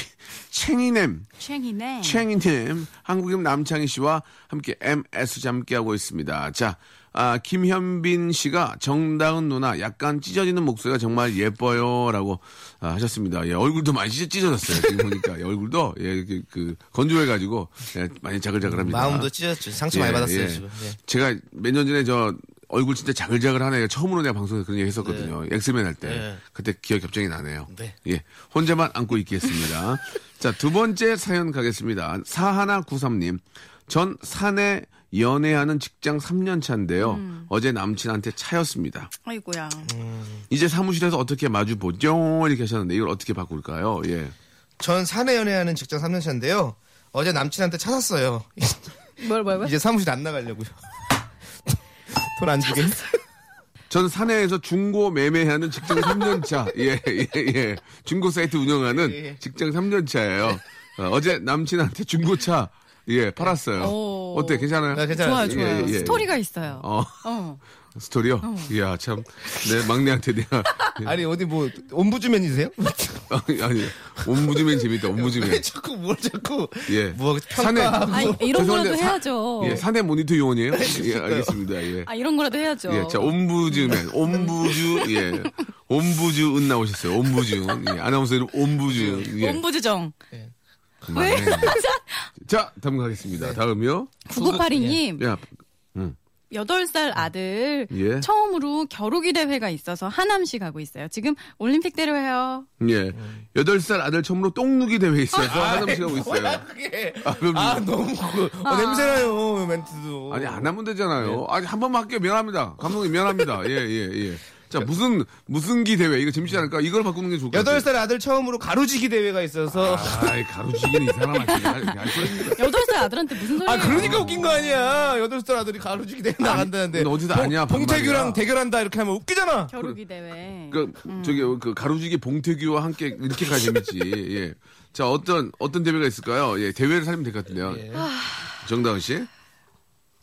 [SPEAKER 1] 챙이냄
[SPEAKER 3] 챙이네.
[SPEAKER 1] 챙이님, 한국인 남창희 씨와 함께 MS 함께 하고 있습니다. 자, 아, 김현빈 씨가 정다은 누나 약간 찢어지는 목소리가 정말 예뻐요라고 아, 하셨습니다. 예, 얼굴도 많이 찢- 찢어졌어요. 지금 보니까 예, 얼굴도 예, 이렇게 그 건조해가지고 예, 많이 자글자글합니다.
[SPEAKER 2] 마음도 찢어졌죠. 상처
[SPEAKER 1] 예,
[SPEAKER 2] 많이 받았어요
[SPEAKER 1] 예.
[SPEAKER 2] 지금. 예.
[SPEAKER 1] 제가 몇 년 전에 저 얼굴 진짜 자글자글하네. 처음으로 내가 방송에서 그런 얘기 했었거든요. 엑스맨 할 때.
[SPEAKER 2] 네.
[SPEAKER 1] 그때 기억 겹정이 나네요.
[SPEAKER 2] 네.
[SPEAKER 1] 예. 혼자만 안고
[SPEAKER 2] (laughs)
[SPEAKER 1] 있겠습니다. 자, 두 번째 사연 가겠습니다. 4193님. 전 사내 연애하는 직장 3년 차인데요.
[SPEAKER 2] 음.
[SPEAKER 1] 어제 남친한테 차였습니다.
[SPEAKER 3] 아이고야.
[SPEAKER 1] 이제 사무실에서 어떻게 마주 보죠? 이렇게 하셨는데 이걸 어떻게 바꿀까요? 예.
[SPEAKER 2] 전 사내 연애하는 직장 3년 차인데요. 어제 남친한테 찾았어요.
[SPEAKER 3] 뭘, 뭘, 뭘?
[SPEAKER 2] 이제 사무실 안 나가려고요. (laughs) 돈 안 주겠네.
[SPEAKER 1] 전 사내에서 중고 매매하는 직장
[SPEAKER 2] (laughs)
[SPEAKER 1] 3년차. 예, 예, 예. 중고 사이트
[SPEAKER 2] 예,
[SPEAKER 1] 운영하는 직장 3년차예요. 어, 제 남친한테 중고차, 예, 팔았어요.
[SPEAKER 3] 오.
[SPEAKER 1] 어때, 괜찮아요?
[SPEAKER 2] 나 네,
[SPEAKER 1] 예,
[SPEAKER 3] 좋아요,
[SPEAKER 2] 괜찮아요.
[SPEAKER 3] 좋아요.
[SPEAKER 1] 예, 예.
[SPEAKER 3] 스토리가 어. 있어요. 어.
[SPEAKER 1] 어, 스토리요? 이야, 참. 내 막내한테 내가. (laughs)
[SPEAKER 2] 아니 어디 뭐 옴부즈맨이세요?
[SPEAKER 1] 아니, 아니, 옴무즈맨 재밌다, 옴무즈맨.
[SPEAKER 2] 왜 (laughs) 자꾸 뭘 자꾸
[SPEAKER 1] 예.
[SPEAKER 2] 뭐
[SPEAKER 1] 사내.
[SPEAKER 2] 평가
[SPEAKER 3] 아니, 어. 이런 거라도
[SPEAKER 1] 죄송한데 사-
[SPEAKER 3] 해야죠.
[SPEAKER 1] 예, 사내 모니터 요원이에요?
[SPEAKER 2] 네,
[SPEAKER 1] 예, 알겠습니다. 예.
[SPEAKER 3] 아, 이런 거라도 해야죠.
[SPEAKER 1] 예, 자, 옴부즈맨, 옴부즈, 예. 옴부즈은 나오셨어요. 옴부즈은. 예, 아나운서 이름 옴부즈은. 예.
[SPEAKER 3] 본부주정.
[SPEAKER 1] 왜?
[SPEAKER 3] (laughs)
[SPEAKER 1] 자, 다음 가겠습니다.
[SPEAKER 2] 네.
[SPEAKER 1] 다음이요.
[SPEAKER 3] 9982님,
[SPEAKER 1] 야,
[SPEAKER 3] 8살 아들,
[SPEAKER 1] 예.
[SPEAKER 3] 처음으로 겨루기 대회가 있어서 하남시 가고 있어요. 지금 올림픽 대회예요.
[SPEAKER 1] 예. 여덟 살 아들 처음으로 똥누기 대회 있어서
[SPEAKER 2] 아이,
[SPEAKER 1] 하남씨 하고 있어요.
[SPEAKER 2] 뭐야 그게
[SPEAKER 1] 아, 그럼
[SPEAKER 2] 아 너무 그, 어, 냄새나요 멘트도
[SPEAKER 1] 아니, 안 하면
[SPEAKER 2] 네.
[SPEAKER 1] 되잖아요. 아니, 한 번만 할게요. 미안합니다. 감독님, 미안합니다. 예, 예, 예. 자, 무슨, 무슨 기 대회. 이거 재밌지 않을까? 이걸 바꾸는 게 좋을 것 같아요.
[SPEAKER 2] 여덟 살 아들 처음으로 가로지기 대회가 있어서 아,
[SPEAKER 1] 아이, 가로지기는 이 사람 아니야.
[SPEAKER 3] 8살 아들한테 무슨 소리예요?
[SPEAKER 2] 그러니까 웃긴 거 아니야 여덟 살 아들이 가로지기 대회 나간다는데
[SPEAKER 1] 근데 어디다 아니야, 반말이야.
[SPEAKER 2] 봉태규랑 대결한다 이렇게 하면 웃기잖아
[SPEAKER 3] 겨루기 대회.
[SPEAKER 1] 그, 저기, 그, 가로지기 봉태규와 함께 이렇게 가야 재밌지. 예. 자, 어떤, 어떤 대회가 있을까요? 예, 대회를 살면 될 것 같은데요. 정다은 씨?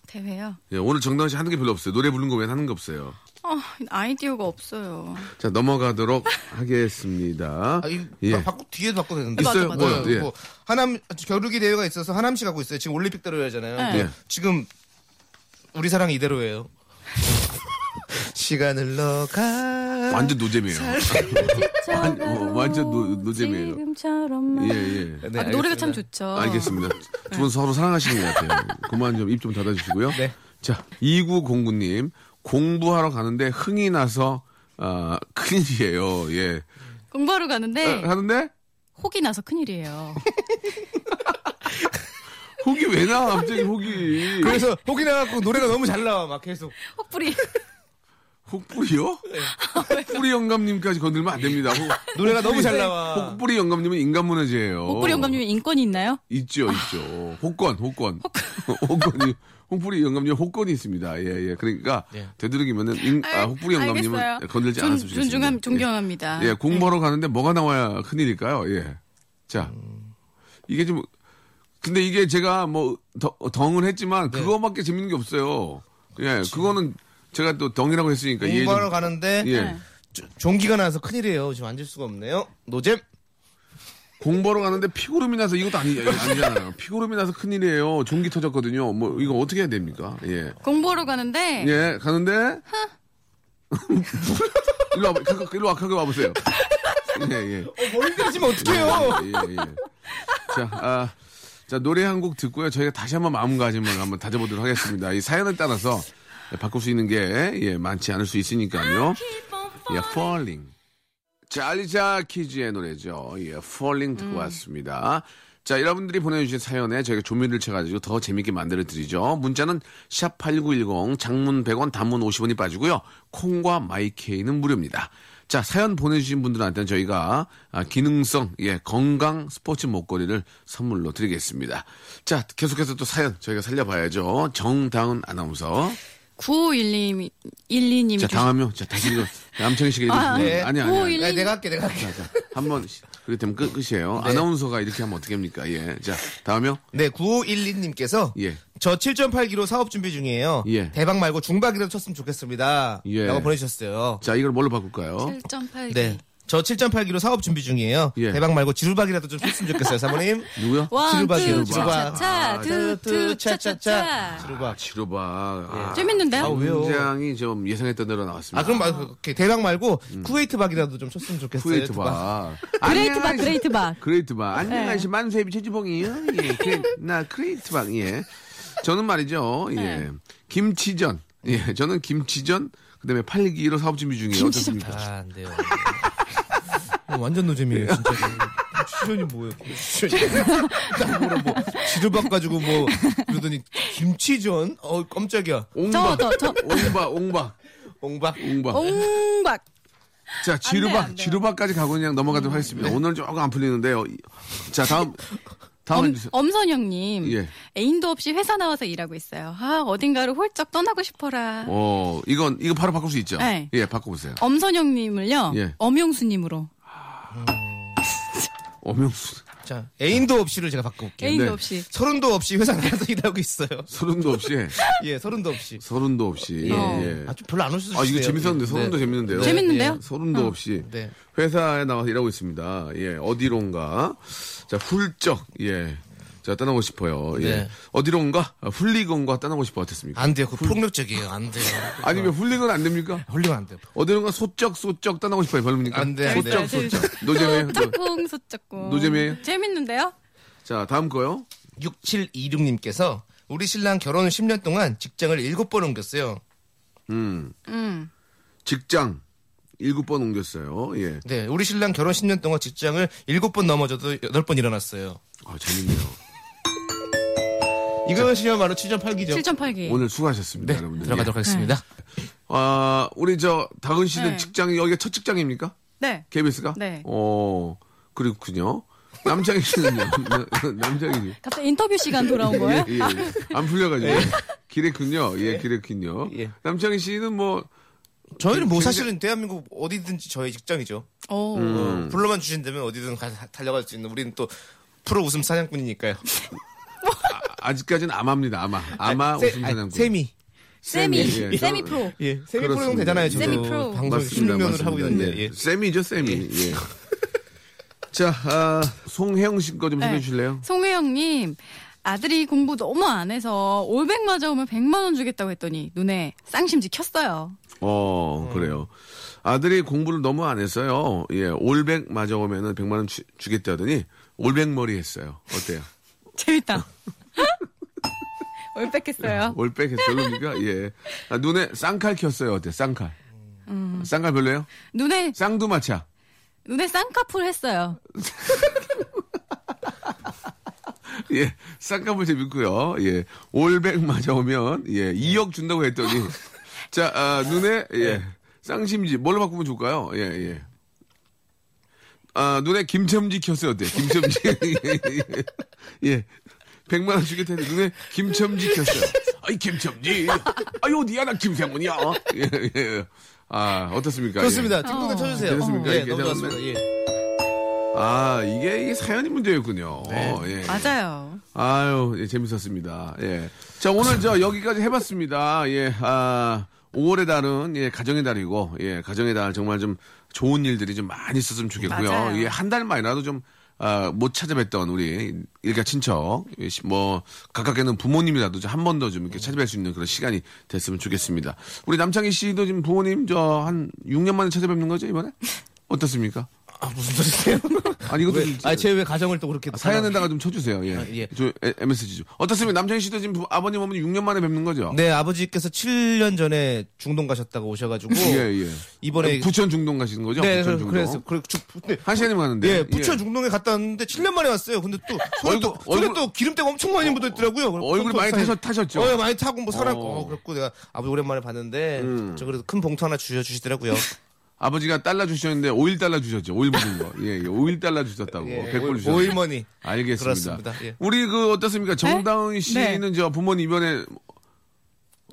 [SPEAKER 3] 대회요?
[SPEAKER 1] 예, 오늘 정다은 씨 하는 게 별로 없어요. 노래 부르는 거 왜 하는 거 없어요.
[SPEAKER 3] 어, 아이디어가 없어요.
[SPEAKER 1] 자 넘어가도록 하겠습니다.
[SPEAKER 2] 아, 이,
[SPEAKER 1] 예.
[SPEAKER 2] 바꾸, 뒤에도 바꿔도 되는데.
[SPEAKER 1] 있어요?
[SPEAKER 3] 맞아, 맞아.
[SPEAKER 1] 뭐요? 예.
[SPEAKER 2] 뭐, 하남, 겨루기 대회가 있어서 하남시 가고 있어요. 지금 올림픽 대로잖아요.
[SPEAKER 1] 네. 예.
[SPEAKER 2] 지금, 우리 사랑 이대로예요. 시간을 넣어가.
[SPEAKER 1] 완전 노잼이에요. 완- 어, 완전 노- 노잼이에요.
[SPEAKER 3] 지금처럼만.
[SPEAKER 1] 예, 예.
[SPEAKER 2] 네,
[SPEAKER 3] 아, 노래가 참
[SPEAKER 2] 알겠습니다.
[SPEAKER 3] 좋죠.
[SPEAKER 1] 알겠습니다. 두 분 서로 사랑하시는 것 같아요. 그만 좀 입 좀 닫아주시고요.
[SPEAKER 2] 네.
[SPEAKER 1] 자, 2909님. 공부하러 가는데 흥이 나서, 아, 큰일이에요. 예.
[SPEAKER 3] 공부하러
[SPEAKER 2] 네.
[SPEAKER 3] 가는데
[SPEAKER 1] 아, 하는데?
[SPEAKER 3] 혹이
[SPEAKER 1] (laughs)
[SPEAKER 3] 나서 큰일이에요.
[SPEAKER 1] 혹이 왜 나와, 갑자기 혹이.
[SPEAKER 2] 그래서, 혹이 나갖고 노래가 너무 잘 나와, 막 계속.
[SPEAKER 3] 혹부리. (laughs)
[SPEAKER 1] 혹뿌리요? 혹뿌리 영감님까지 건들면 안 됩니다. 혹-
[SPEAKER 2] 노래가 너무 잘 나와.
[SPEAKER 1] 혹뿌리 영감님은 인간문화재예요.
[SPEAKER 3] 혹부리 영감님 인권이 아. 있나요?
[SPEAKER 1] 있죠, 있죠. 혹권, 혹권. (laughs) 혹권이, 혹부리 영감님 혹권이 있습니다. 예, 예. 그러니까, 되도록이면은, 인- 아, 혹부리 영감님은
[SPEAKER 3] 알겠어요.
[SPEAKER 1] 건들지
[SPEAKER 3] 존-
[SPEAKER 1] 않았으면 좋겠습니다.
[SPEAKER 3] 존중함, 존경합니다.
[SPEAKER 1] 예, 예, 공부하러 가는데 뭐가 나와야 큰일일까요? 예. 자, 이게 좀, 근데 이게 제가 뭐, 더- 덩은 했지만,
[SPEAKER 2] 네.
[SPEAKER 1] 그거밖에 재밌는 게 없어요. 예, 그거는 제가 또 덩이라고 했으니까, 이해 좀-
[SPEAKER 2] 그렇죠. 네, 공부하러 가는데,
[SPEAKER 1] 그러니까 예.
[SPEAKER 3] 네.
[SPEAKER 2] 조- 종기가 나서 큰일이에요. 지금 앉을 수가 없네요. 노잼.
[SPEAKER 1] 공부하러 가는데 피구름이 나서 이것도 아니, 아니잖아요. (laughs) 피구름이 나서 큰일이에요. 종기 터졌거든요. 뭐, 이거 어떻게 해야 됩니까? 예.
[SPEAKER 3] 공부하러 가는데
[SPEAKER 1] 예, 가는데. (laughs) 일로 와봐, 가까, 일로 와, 가까 와보세요. 예, 예.
[SPEAKER 2] 머리 들이지면 어떡해요.
[SPEAKER 1] 예, 예. 자, 아, 자, 노래 한 곡 듣고요. 저희가 다시 한번 마음가짐을 한번 다져보도록 하겠습니다. 이 사연에 따라서 예, 바꿀 수 있는 게, 예, 많지 않을 수 있으니까요. 예, Falling. 자, 알리자 키즈의 노래죠. 예, Falling 듣고 왔습니다. 자, 여러분들이 보내주신 사연에 저희가 조미를 쳐가지고 더 재밌게 만들어드리죠. 문자는 샵8910, 장문 100원, 단문 50원이 빠지고요. 콩과 마이케이는 무료입니다. 자, 사연 보내주신 분들한테는 저희가 아, 기능성, 예, 건강 스포츠 목걸이를 선물로 드리겠습니다. 자, 계속해서 또 사연 저희가 살려봐야죠. 정다은 아나운서.
[SPEAKER 3] 9512 12님이
[SPEAKER 1] 자, 당하면, 자, 다시 이거 남창희 씨가 읽으시면.
[SPEAKER 2] 네.
[SPEAKER 1] 아니, 아니, 아니.
[SPEAKER 2] 야, 내가 할게, 내가 할게.
[SPEAKER 1] 한번 그렇게 되면 끝, 끝이에요.
[SPEAKER 3] 네.
[SPEAKER 1] 아나운서가 이렇게 하면 어떻게 합니까? 예. 자, 다음이요.
[SPEAKER 2] 네, 9512님께서
[SPEAKER 1] 예.
[SPEAKER 2] 저 7.8kg 사업 준비 중이에요.
[SPEAKER 1] 예.
[SPEAKER 2] 대박 말고 중박이라도 쳤으면 좋겠습니다.
[SPEAKER 1] 예.
[SPEAKER 2] 라고 보내주셨어요.
[SPEAKER 1] 자, 이걸 뭘로 바꿀까요?
[SPEAKER 3] 7.8.
[SPEAKER 2] 네. 저 7.8kg 사업 준비 중이에요.
[SPEAKER 1] 예.
[SPEAKER 2] 대박 말고 지루박이라도 좀 쳤으면 좋겠어요, 사모님.
[SPEAKER 1] 누구요? 아,
[SPEAKER 3] 원,
[SPEAKER 2] 지루박,
[SPEAKER 3] 투,
[SPEAKER 2] 지루박.
[SPEAKER 3] 차차차, 투, 투, 차차차.
[SPEAKER 2] 지루박.
[SPEAKER 1] 지루박.
[SPEAKER 3] 재밌는데요?
[SPEAKER 1] 아,
[SPEAKER 3] 아,
[SPEAKER 2] 왜요?
[SPEAKER 1] 굉장히 좀 예상했던 대로 나왔습니다.
[SPEAKER 2] 아, 그럼 말, 그렇게 대박 말고 쿠웨이트박이라도 좀 쳤으면 좋겠어요.
[SPEAKER 1] 음. 쿠웨이트
[SPEAKER 2] 두박.
[SPEAKER 1] 바.
[SPEAKER 3] 그레이트 박, 그레이트 예. 박.
[SPEAKER 1] 그레이트 바. 안녕하세요. 만수의 최지봉이요.
[SPEAKER 3] 네.
[SPEAKER 1] 예. 그레- 나 그레이트 바. 예. 저는 말이죠. 예. 김치전. 예, 저는 김치전, 그 다음에 팔기로 사업 준비 중이에요.
[SPEAKER 3] 김치전.
[SPEAKER 1] 어떻습니까?
[SPEAKER 2] 아, 안 돼요. 완전 노잼이에요, 진짜. 치전이 뭐예요? 딱 뭐라 뭐 지르박 가지고 뭐 그러더니 김치전? 어 깜짝이야.
[SPEAKER 1] 옹박,
[SPEAKER 3] 저, 저,
[SPEAKER 1] 음.
[SPEAKER 3] 저.
[SPEAKER 1] 옹박, 옹박,
[SPEAKER 2] 옹박.
[SPEAKER 1] 옹박.
[SPEAKER 3] 옹박.
[SPEAKER 1] 자,
[SPEAKER 3] 안 음. 돼, 안
[SPEAKER 1] 지루박,
[SPEAKER 3] 돼.
[SPEAKER 1] 지루박까지 가고 그냥 넘어가도록 하겠습니다. 오늘은 조금 안 풀리는데요. 자, 다음, 다음
[SPEAKER 3] 엄,
[SPEAKER 1] 해주세요.
[SPEAKER 3] 엄선영님.
[SPEAKER 1] 예.
[SPEAKER 3] 애인도 없이 회사 나와서 일하고 있어요. 아, 어딘가로 홀쩍 떠나고 싶어라.
[SPEAKER 1] 어, 이건, 이거 바로 바꿀 수 있죠?
[SPEAKER 3] 네.
[SPEAKER 1] 예, 바꿔보세요.
[SPEAKER 3] 엄선영님을요.
[SPEAKER 1] 예.
[SPEAKER 3] 엄영수님으로.
[SPEAKER 1] 엄영수.
[SPEAKER 2] 자 애인도 없이를 제가 바꿔볼게요.
[SPEAKER 3] 애인도
[SPEAKER 1] 네.
[SPEAKER 3] 없이.
[SPEAKER 2] 서른도 없이 회사 나가서 일하고 있어요.
[SPEAKER 1] 서른도 없이,
[SPEAKER 2] 예, 서른도 없이.
[SPEAKER 1] 서른도 없이. 예.
[SPEAKER 2] 아, 좀 별로 안 오셔서.
[SPEAKER 1] 아, 이거 재밌었는데, 서른도 재밌는데요.
[SPEAKER 3] 재밌는데요?
[SPEAKER 1] 예, 서른도
[SPEAKER 3] 음.
[SPEAKER 1] 없이.
[SPEAKER 2] 네.
[SPEAKER 1] 회사에 나와서 일하고 있습니다. 예, 어디론가. 자, 훌쩍, 예. 자, 떠나고 싶어요. 예.
[SPEAKER 2] 네.
[SPEAKER 1] 어디론가? 아, 훌리건과 떠나고 싶어 어땠습니까?
[SPEAKER 2] 안 돼요. 그 폭력적이에요. 안 돼요.
[SPEAKER 1] 아니면 훌리건 안 됩니까?
[SPEAKER 2] 홀리면 안 돼요.
[SPEAKER 1] 어디론가 소쩍, 소쩍 떠나고 싶어요. 별로입니까?
[SPEAKER 2] 안 돼, 안 돼.
[SPEAKER 1] 소쩍, 소쩍. 노잼이에요. 노-
[SPEAKER 3] 소짝꿍, 소짝꿍.
[SPEAKER 1] 그 노잼이에요?
[SPEAKER 3] 재밌는데요?
[SPEAKER 1] 자, 다음 거요.
[SPEAKER 2] 6726님께서 우리 신랑 결혼 10년 동안 직장을 7번 옮겼어요.
[SPEAKER 1] 음.
[SPEAKER 3] 음.
[SPEAKER 1] 직장. 일곱 번 옮겼어요. 예.
[SPEAKER 2] 네, 우리 신랑 결혼 10년 동안 직장을 7번 넘어져도 8번 일어났어요.
[SPEAKER 1] 아, 재밌네요.
[SPEAKER 2] 이것이야 바로 7.8기죠.
[SPEAKER 3] 7.8기.
[SPEAKER 1] 오늘 수고하셨습니다,
[SPEAKER 2] 네,
[SPEAKER 1] 여러분들.
[SPEAKER 2] 들어가도록 하겠습니다.
[SPEAKER 1] 예. 아, 우리 저, 다은 씨는
[SPEAKER 3] 네.
[SPEAKER 1] 직장이 여기가 첫 직장입니까?
[SPEAKER 3] 네.
[SPEAKER 1] KBS가?
[SPEAKER 3] 네.
[SPEAKER 1] 어, 그렇군요. 남창희 씨는요? (laughs) 나- 남창희 씨.
[SPEAKER 3] 갑자기 인터뷰 시간
[SPEAKER 1] (laughs)
[SPEAKER 3] 돌아온 거예요?
[SPEAKER 1] 예, 예. 안 풀려가지고. 기랬군요. 예, 기랬군요.
[SPEAKER 2] 네. 예.
[SPEAKER 1] 남창희 씨는 뭐,
[SPEAKER 2] 저희는 뭐
[SPEAKER 1] 굉장히-
[SPEAKER 2] 사실은 대한민국 어디든지 저희 직장이죠.
[SPEAKER 1] 예.
[SPEAKER 3] 오.
[SPEAKER 1] 음.
[SPEAKER 2] 어, 불러만 주신다면 어디든 가, 달려갈 수 있는 우리는 또 프로 웃음 사냥꾼이니까요.
[SPEAKER 1] 아, 직까지는 아마입니다. 아마. 아마
[SPEAKER 2] 세-
[SPEAKER 1] 웃음 사냥꾼.
[SPEAKER 2] 아니, 세미.
[SPEAKER 3] 세미.
[SPEAKER 1] 예, 예.
[SPEAKER 3] 세미 프로.
[SPEAKER 2] 예, 세미 프로 형
[SPEAKER 1] 그렇습니다.
[SPEAKER 2] 되잖아요. 저도
[SPEAKER 3] 세미 프로.
[SPEAKER 2] 방송
[SPEAKER 1] 맞습니다.
[SPEAKER 2] 16년을 하고
[SPEAKER 1] 맞습니다. 네,
[SPEAKER 2] 있는데. 예.
[SPEAKER 1] 쌤이죠, 쌤이. 예. (laughs) 자, 아, 송혜영 씨 거 좀 소개해 주실래요?
[SPEAKER 3] 송혜영님. 아들이 공부 너무 안 해서 올백 맞아오면 100만 원 주겠다고 했더니 눈에 쌍심지 켰어요. (laughs)
[SPEAKER 1] 어, 그래요. 아들이 공부를 너무 안 했어요. 예, 올백 맞아오면은 100만원 주겠다 하더니 올백머리 했어요. 어때요? (laughs)
[SPEAKER 3] 재밌다. (laughs) 올백했어요.
[SPEAKER 1] 올백 했어요. 별로니까, 예. 아, 눈에 쌍칼 켰어요. 어때? 요 쌍칼. 쌍칼 별로예요?
[SPEAKER 3] 눈에
[SPEAKER 1] 쌍두마차.
[SPEAKER 3] 눈에 쌍꺼풀 했어요.
[SPEAKER 1] 예, 쌍꺼풀 재밌고요. 예, 올백 맞아오면 예, 2억 준다고 했더니 자 아, 눈에
[SPEAKER 2] 네.
[SPEAKER 1] 예, 쌍심지 뭘로 바꾸면 좋을까요? 예, 예. 아 눈에 김첨지 켰어요 어때? 김첨지 (laughs) 예, 예, 100만 원 주겠다 했는데 눈에 김첨지 켰어요. 아이 김첨지, 아이 어디야 나 김세문이야. 예, 예. 아 어떻습니까? 예.
[SPEAKER 2] 좋습니다. 띵동댕 쳐주세요.
[SPEAKER 1] 그렇습니까?
[SPEAKER 2] 예,
[SPEAKER 1] 이렇게
[SPEAKER 2] 너무
[SPEAKER 1] 되었나요?
[SPEAKER 2] 좋았습니다. 예.
[SPEAKER 1] 아 이게 이게 사연이 문제였군요.
[SPEAKER 2] 네.
[SPEAKER 1] 예.
[SPEAKER 3] 맞아요.
[SPEAKER 1] 아유, 예, 재밌었습니다. 예. 자, 오늘 저 여기까지 해봤습니다. 예, 아, 5월의 달은, 예, 가정의 달이고, 예, 가정의 달 정말 좀 좋은 일들이 좀 많이 있었으면 좋겠고요.
[SPEAKER 3] 맞아요.
[SPEAKER 1] 예, 한 달만이라도 좀, 아, 못 찾아뵀던 우리 일가 친척, 예, 시- 뭐, 가깝게는 부모님이라도 한 번 더 좀 이렇게
[SPEAKER 3] 네.
[SPEAKER 1] 찾아뵐 수 있는 그런 시간이 됐으면 좋겠습니다. 우리 남창희 씨도 지금 부모님 저 한 6년 만에 찾아뵙는 거죠, 이번에? 어떻습니까?
[SPEAKER 2] 아, 무슨
[SPEAKER 1] (laughs)
[SPEAKER 2] 소리세요?
[SPEAKER 1] 아니, 이것도 좀-
[SPEAKER 2] 아, 제 왜 가정을 또 그렇게.
[SPEAKER 1] 사연에다가 좀 쳐주세요. 예.
[SPEAKER 2] 아, 예.
[SPEAKER 1] 저 에- MSG 좀. 어떻습니까? 남창희 씨도 지금 부- 아버님 어머니 6년 만에 뵙는 거죠?
[SPEAKER 2] 네, 아버지께서 7년 전에 중동 가셨다고 오셔가지고.
[SPEAKER 1] (laughs) 예, 예.
[SPEAKER 2] 이번에.
[SPEAKER 1] 부천 중동 가시는 거죠?
[SPEAKER 2] 네,
[SPEAKER 1] 부천
[SPEAKER 2] 그래서,
[SPEAKER 1] 중동.
[SPEAKER 2] 그래서, 그래, 주, 근데
[SPEAKER 1] 한 네, 시간이면 가는데.
[SPEAKER 2] 예, 부천 중동에 갔다 왔는데 7년 만에 왔어요. 근데 또 손에 또,
[SPEAKER 1] 얼굴-
[SPEAKER 2] 손에
[SPEAKER 1] 얼굴-
[SPEAKER 2] 또 기름때가 엄청 많이 묻어 있더라고요.
[SPEAKER 1] 얼굴이 많이 타셨- 타셨죠?
[SPEAKER 2] 어, 예, 많이 타고 뭐 살았고
[SPEAKER 1] 어. 음.
[SPEAKER 2] 어, 그렇고 내가 아버지 오랜만에 봤는데 저 그래도 큰 봉투 하나
[SPEAKER 1] (laughs)
[SPEAKER 2] 주셔 주시더라고요.
[SPEAKER 1] 어, 아버지가 달러 주셨는데 5일 달러 주셨죠? 5일 받은 거. 예, 예. 5일 달러 주셨다고.
[SPEAKER 2] 예,
[SPEAKER 1] 100불
[SPEAKER 2] 오-
[SPEAKER 1] 주셨다고.
[SPEAKER 2] 오일머니.
[SPEAKER 1] 알겠습니다.
[SPEAKER 2] 그렇습니다. 예.
[SPEAKER 1] 우리 그 어떻습니까?
[SPEAKER 3] 네?
[SPEAKER 1] 정다은 씨는 저 부모님 이번에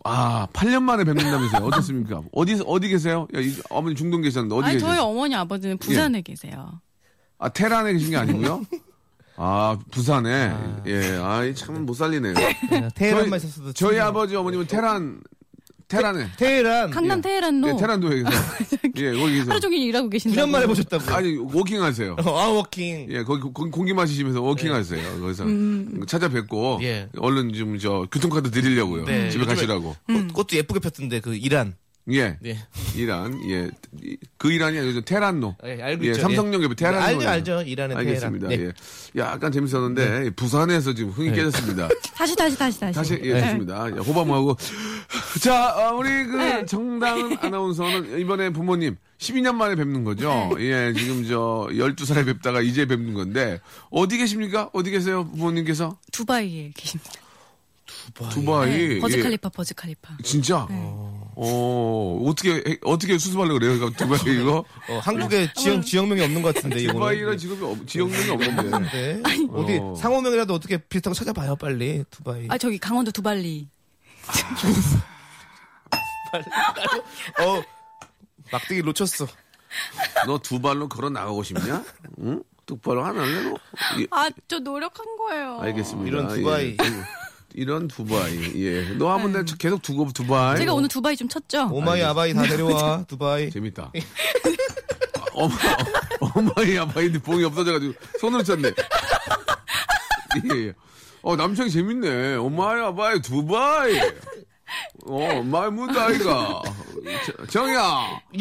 [SPEAKER 1] 아, 8년 만에 뵙는다면서요. 어떻습니까? 어디 어디 계세요? 야, 이- 어머니 중동 계셨는데 어디
[SPEAKER 3] 아니
[SPEAKER 1] 계세요? 예.
[SPEAKER 3] 저희 어머니 아버지는 부산에 계세요.
[SPEAKER 1] 아, 테란에 계신 게 아니고요? 아, 부산에. 예, 아이, 참 못 살리네요.
[SPEAKER 2] 테헤란만
[SPEAKER 1] 저희
[SPEAKER 2] 있었어도 충분히-
[SPEAKER 1] 아버지 어머님은 테란, 테란에.
[SPEAKER 2] 테헤란
[SPEAKER 3] 강남 테헤란로
[SPEAKER 1] 예, 테란도에 계세요. 예, 거기 계세요.
[SPEAKER 3] 그, 하루 종일 일하고 계신다고.
[SPEAKER 2] 9년 만에 보셨다고. 요
[SPEAKER 1] 아니, 워킹 하세요.
[SPEAKER 2] 아, 워킹.
[SPEAKER 1] 예, 거기 고- 공기 마시시면서 워킹 하세요. 거기서 음, 찾아뵙고,
[SPEAKER 2] 예.
[SPEAKER 1] 얼른 좀 저 교통카드 드리려고요. 집에
[SPEAKER 2] 네, 요즘에
[SPEAKER 1] 가시라고.
[SPEAKER 2] 꽃- 꽃도 예쁘게 폈던데 그 이란.
[SPEAKER 1] 예.
[SPEAKER 5] 네.
[SPEAKER 1] 이란, 예. 이- 그 이란이 아니고 테란노.
[SPEAKER 5] 예,
[SPEAKER 2] 그렇죠.
[SPEAKER 5] 알고 있죠.
[SPEAKER 1] 삼성역에 테란노.
[SPEAKER 5] 알죠, 알죠. 이란의
[SPEAKER 1] 그 알겠습니다.
[SPEAKER 2] 네.
[SPEAKER 5] 테헤란.
[SPEAKER 1] 예. 약간 재밌었는데, 부산에서 지금 흥이 깨졌습니다.
[SPEAKER 3] 다시 다시 다시 다시.
[SPEAKER 1] 다시, 예,
[SPEAKER 2] 네.
[SPEAKER 1] 좋습니다. 예, 호감하고. 자, 어, 우리 그
[SPEAKER 3] 네.
[SPEAKER 1] 정다은 아나운서는 이번에 부모님 12년 만에 뵙는 거죠? 예, 지금 저 12살에 뵙다가 이제 뵙는 건데, 어디 계십니까? 어디 계세요? 부모님께서?
[SPEAKER 3] 두바이에 계십니다.
[SPEAKER 2] 아,
[SPEAKER 1] 두바이.
[SPEAKER 3] 네, 버즈
[SPEAKER 1] 예.
[SPEAKER 3] 칼리파 버즈 칼리파.
[SPEAKER 1] 진짜?
[SPEAKER 2] 네.
[SPEAKER 1] 어, 어떻게, 해- 어떻게 수습하려고 그래요? 그러니까 두바이
[SPEAKER 2] (laughs)
[SPEAKER 1] 이거?
[SPEAKER 2] 어, 한국에 지역 지역명이 없는 것 같은데 네, 이거는.
[SPEAKER 1] 두바이는 지금 없- 지역명이 없는데.
[SPEAKER 2] 네. 어디
[SPEAKER 1] 어.
[SPEAKER 2] 상호명이라도 어떻게 비슷한 거 찾아봐요 빨리 두바이.
[SPEAKER 3] 아 저기 강원도 두발리.
[SPEAKER 5] 아,
[SPEAKER 2] 어 막대기 놓쳤어.
[SPEAKER 1] 너 두 발로 걸어 나가고 싶냐? 응? 똑바로 안 할래? 너? 예,
[SPEAKER 3] 아 저 노력한 거예요.
[SPEAKER 1] 알겠습니다.
[SPEAKER 2] 이런 두바이.
[SPEAKER 1] 예. 이런 두바이. 예. 너 한번 내 계속 두고 두바이.
[SPEAKER 3] 제가 오늘 두바이 좀 쳤죠.
[SPEAKER 2] 오마이 아바이 다
[SPEAKER 1] (laughs)
[SPEAKER 2] 데려와 두바이.
[SPEAKER 1] 재밌다. (laughs) 아, 어마, 어마이 아마이인데 봉이 없어져가지고 손으로 쳤네. 예, 예. 어, 남창이 재밌네. 어마이 아마이 두바이. 어, 말문 따위가. 저- 정이야.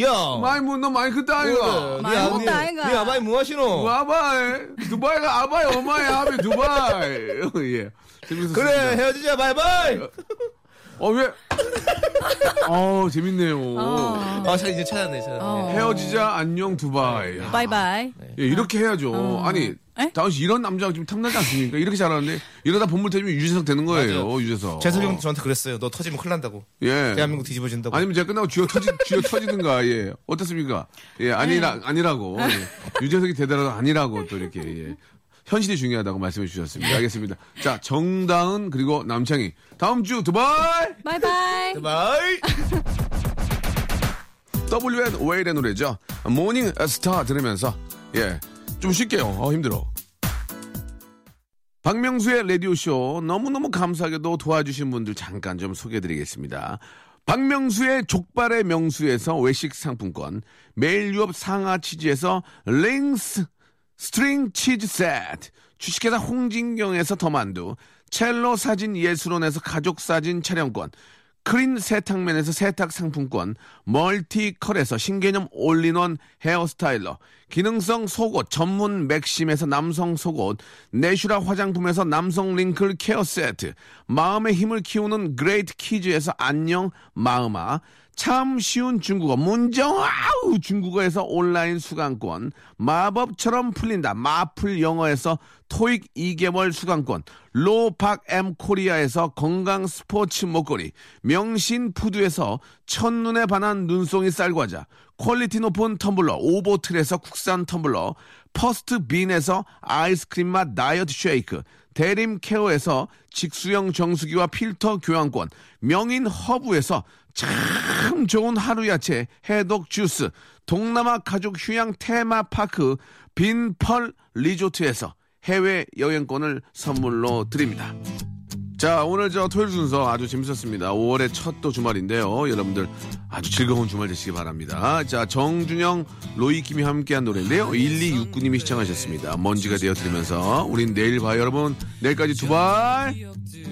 [SPEAKER 2] 야.
[SPEAKER 1] 말문 너 마이크 따위가.
[SPEAKER 2] 네
[SPEAKER 3] 많이
[SPEAKER 2] 아버님,
[SPEAKER 3] 먹다, 아이가.
[SPEAKER 2] 네 아바이
[SPEAKER 1] 어.
[SPEAKER 2] 뭐하시노?
[SPEAKER 1] 아바이 두바이가 아바이 어마이 아비 두바이 예 재밌었습니다.
[SPEAKER 2] 그래 헤어지자 바이바이.
[SPEAKER 1] 어왜어 (laughs) 어, 재밌네요 어.
[SPEAKER 3] 어.
[SPEAKER 2] 아잘 이제 찾았네 찾았네.
[SPEAKER 1] 헤어지자 안녕 네, 두바이 네? 야,
[SPEAKER 3] 바이바이.
[SPEAKER 1] 예, 이렇게 해야죠 아니
[SPEAKER 3] 에?
[SPEAKER 1] 다은 씨 이런 남자가 지금 탐나지 않습니까 이렇게 잘하는데 이러다 본물 터지면 유재석 되는 거예요
[SPEAKER 2] 맞아요.
[SPEAKER 1] 유재석
[SPEAKER 2] 재석이 형 저한테 그랬어요. 너 터지면 큰일 난다고.
[SPEAKER 1] 예
[SPEAKER 2] 대한민국 뒤집어진다고.
[SPEAKER 1] 아니면 제가 끝나고 쥐어 터지 쥐어 터지든가 예 어떻습니까 예 아니라 아니라고 예. 유재석이 대단하다 아니라고 또 이렇게 예. 현실이 중요하다고 말씀해 주셨습니다 알겠습니다 자 정다은 그리고 남창희 다음 주 두바이
[SPEAKER 3] 바이바이.
[SPEAKER 2] 바이.
[SPEAKER 1] WN 웨일의 노래죠 모닝 스타 들으면서 예 좀 쉴게요 어 힘들어 박명수의 라디오쇼 너무너무 감사하게도 도와주신 분들 잠깐 좀 소개해드리겠습니다. 박명수의 족발의 명수에서 외식 상품권, 매일유업 상하 치즈에서 링스 스트링 치즈 세트, 주식회사 홍진경에서 더만두, 첼로 사진 예술원에서 가족 사진 촬영권, 크린 세탁면에서 세탁 상품권, 멀티컬에서 신개념 올인원 헤어스타일러, 기능성 속옷 전문 맥심에서 남성 속옷, 내슈라 화장품에서 남성 링클 케어 세트, 마음의 힘을 키우는 그레이트 키즈에서 안녕 마음아, 참 쉬운 중국어 문정아우 중국어에서 온라인 수강권, 마법처럼 풀린다 마플 영어에서 토익 2개월 수강권, 로팍 M 코리아에서 건강 스포츠 목걸이, 명신 푸드에서 첫눈에 반한 눈송이 쌀과자, 퀄리티 높은 텀블러 오보틀에서 국산 텀블러, 퍼스트 빈에서 아이스크림 맛 다이어트 쉐이크, 대림 케어에서 직수형 정수기와 필터 교환권, 명인 허브에서 참 좋은 하루 야채 해독 주스, 동남아 가족 휴양 테마 파크 빈펄 리조트에서 해외 여행권을 선물로 드립니다. 자, 오늘 저 토요일 순서 아주 재밌었습니다. 5월의 첫 또 주말인데요. 여러분들 아주 즐거운 주말 되시기 바랍니다. 자, 정준영, 로이킴이 함께한 노래인데요. 1269님이 시청하셨습니다. 먼지가 되어 드리면서 우린 내일 봐요, 여러분. 내일까지 두발.
[SPEAKER 4] up to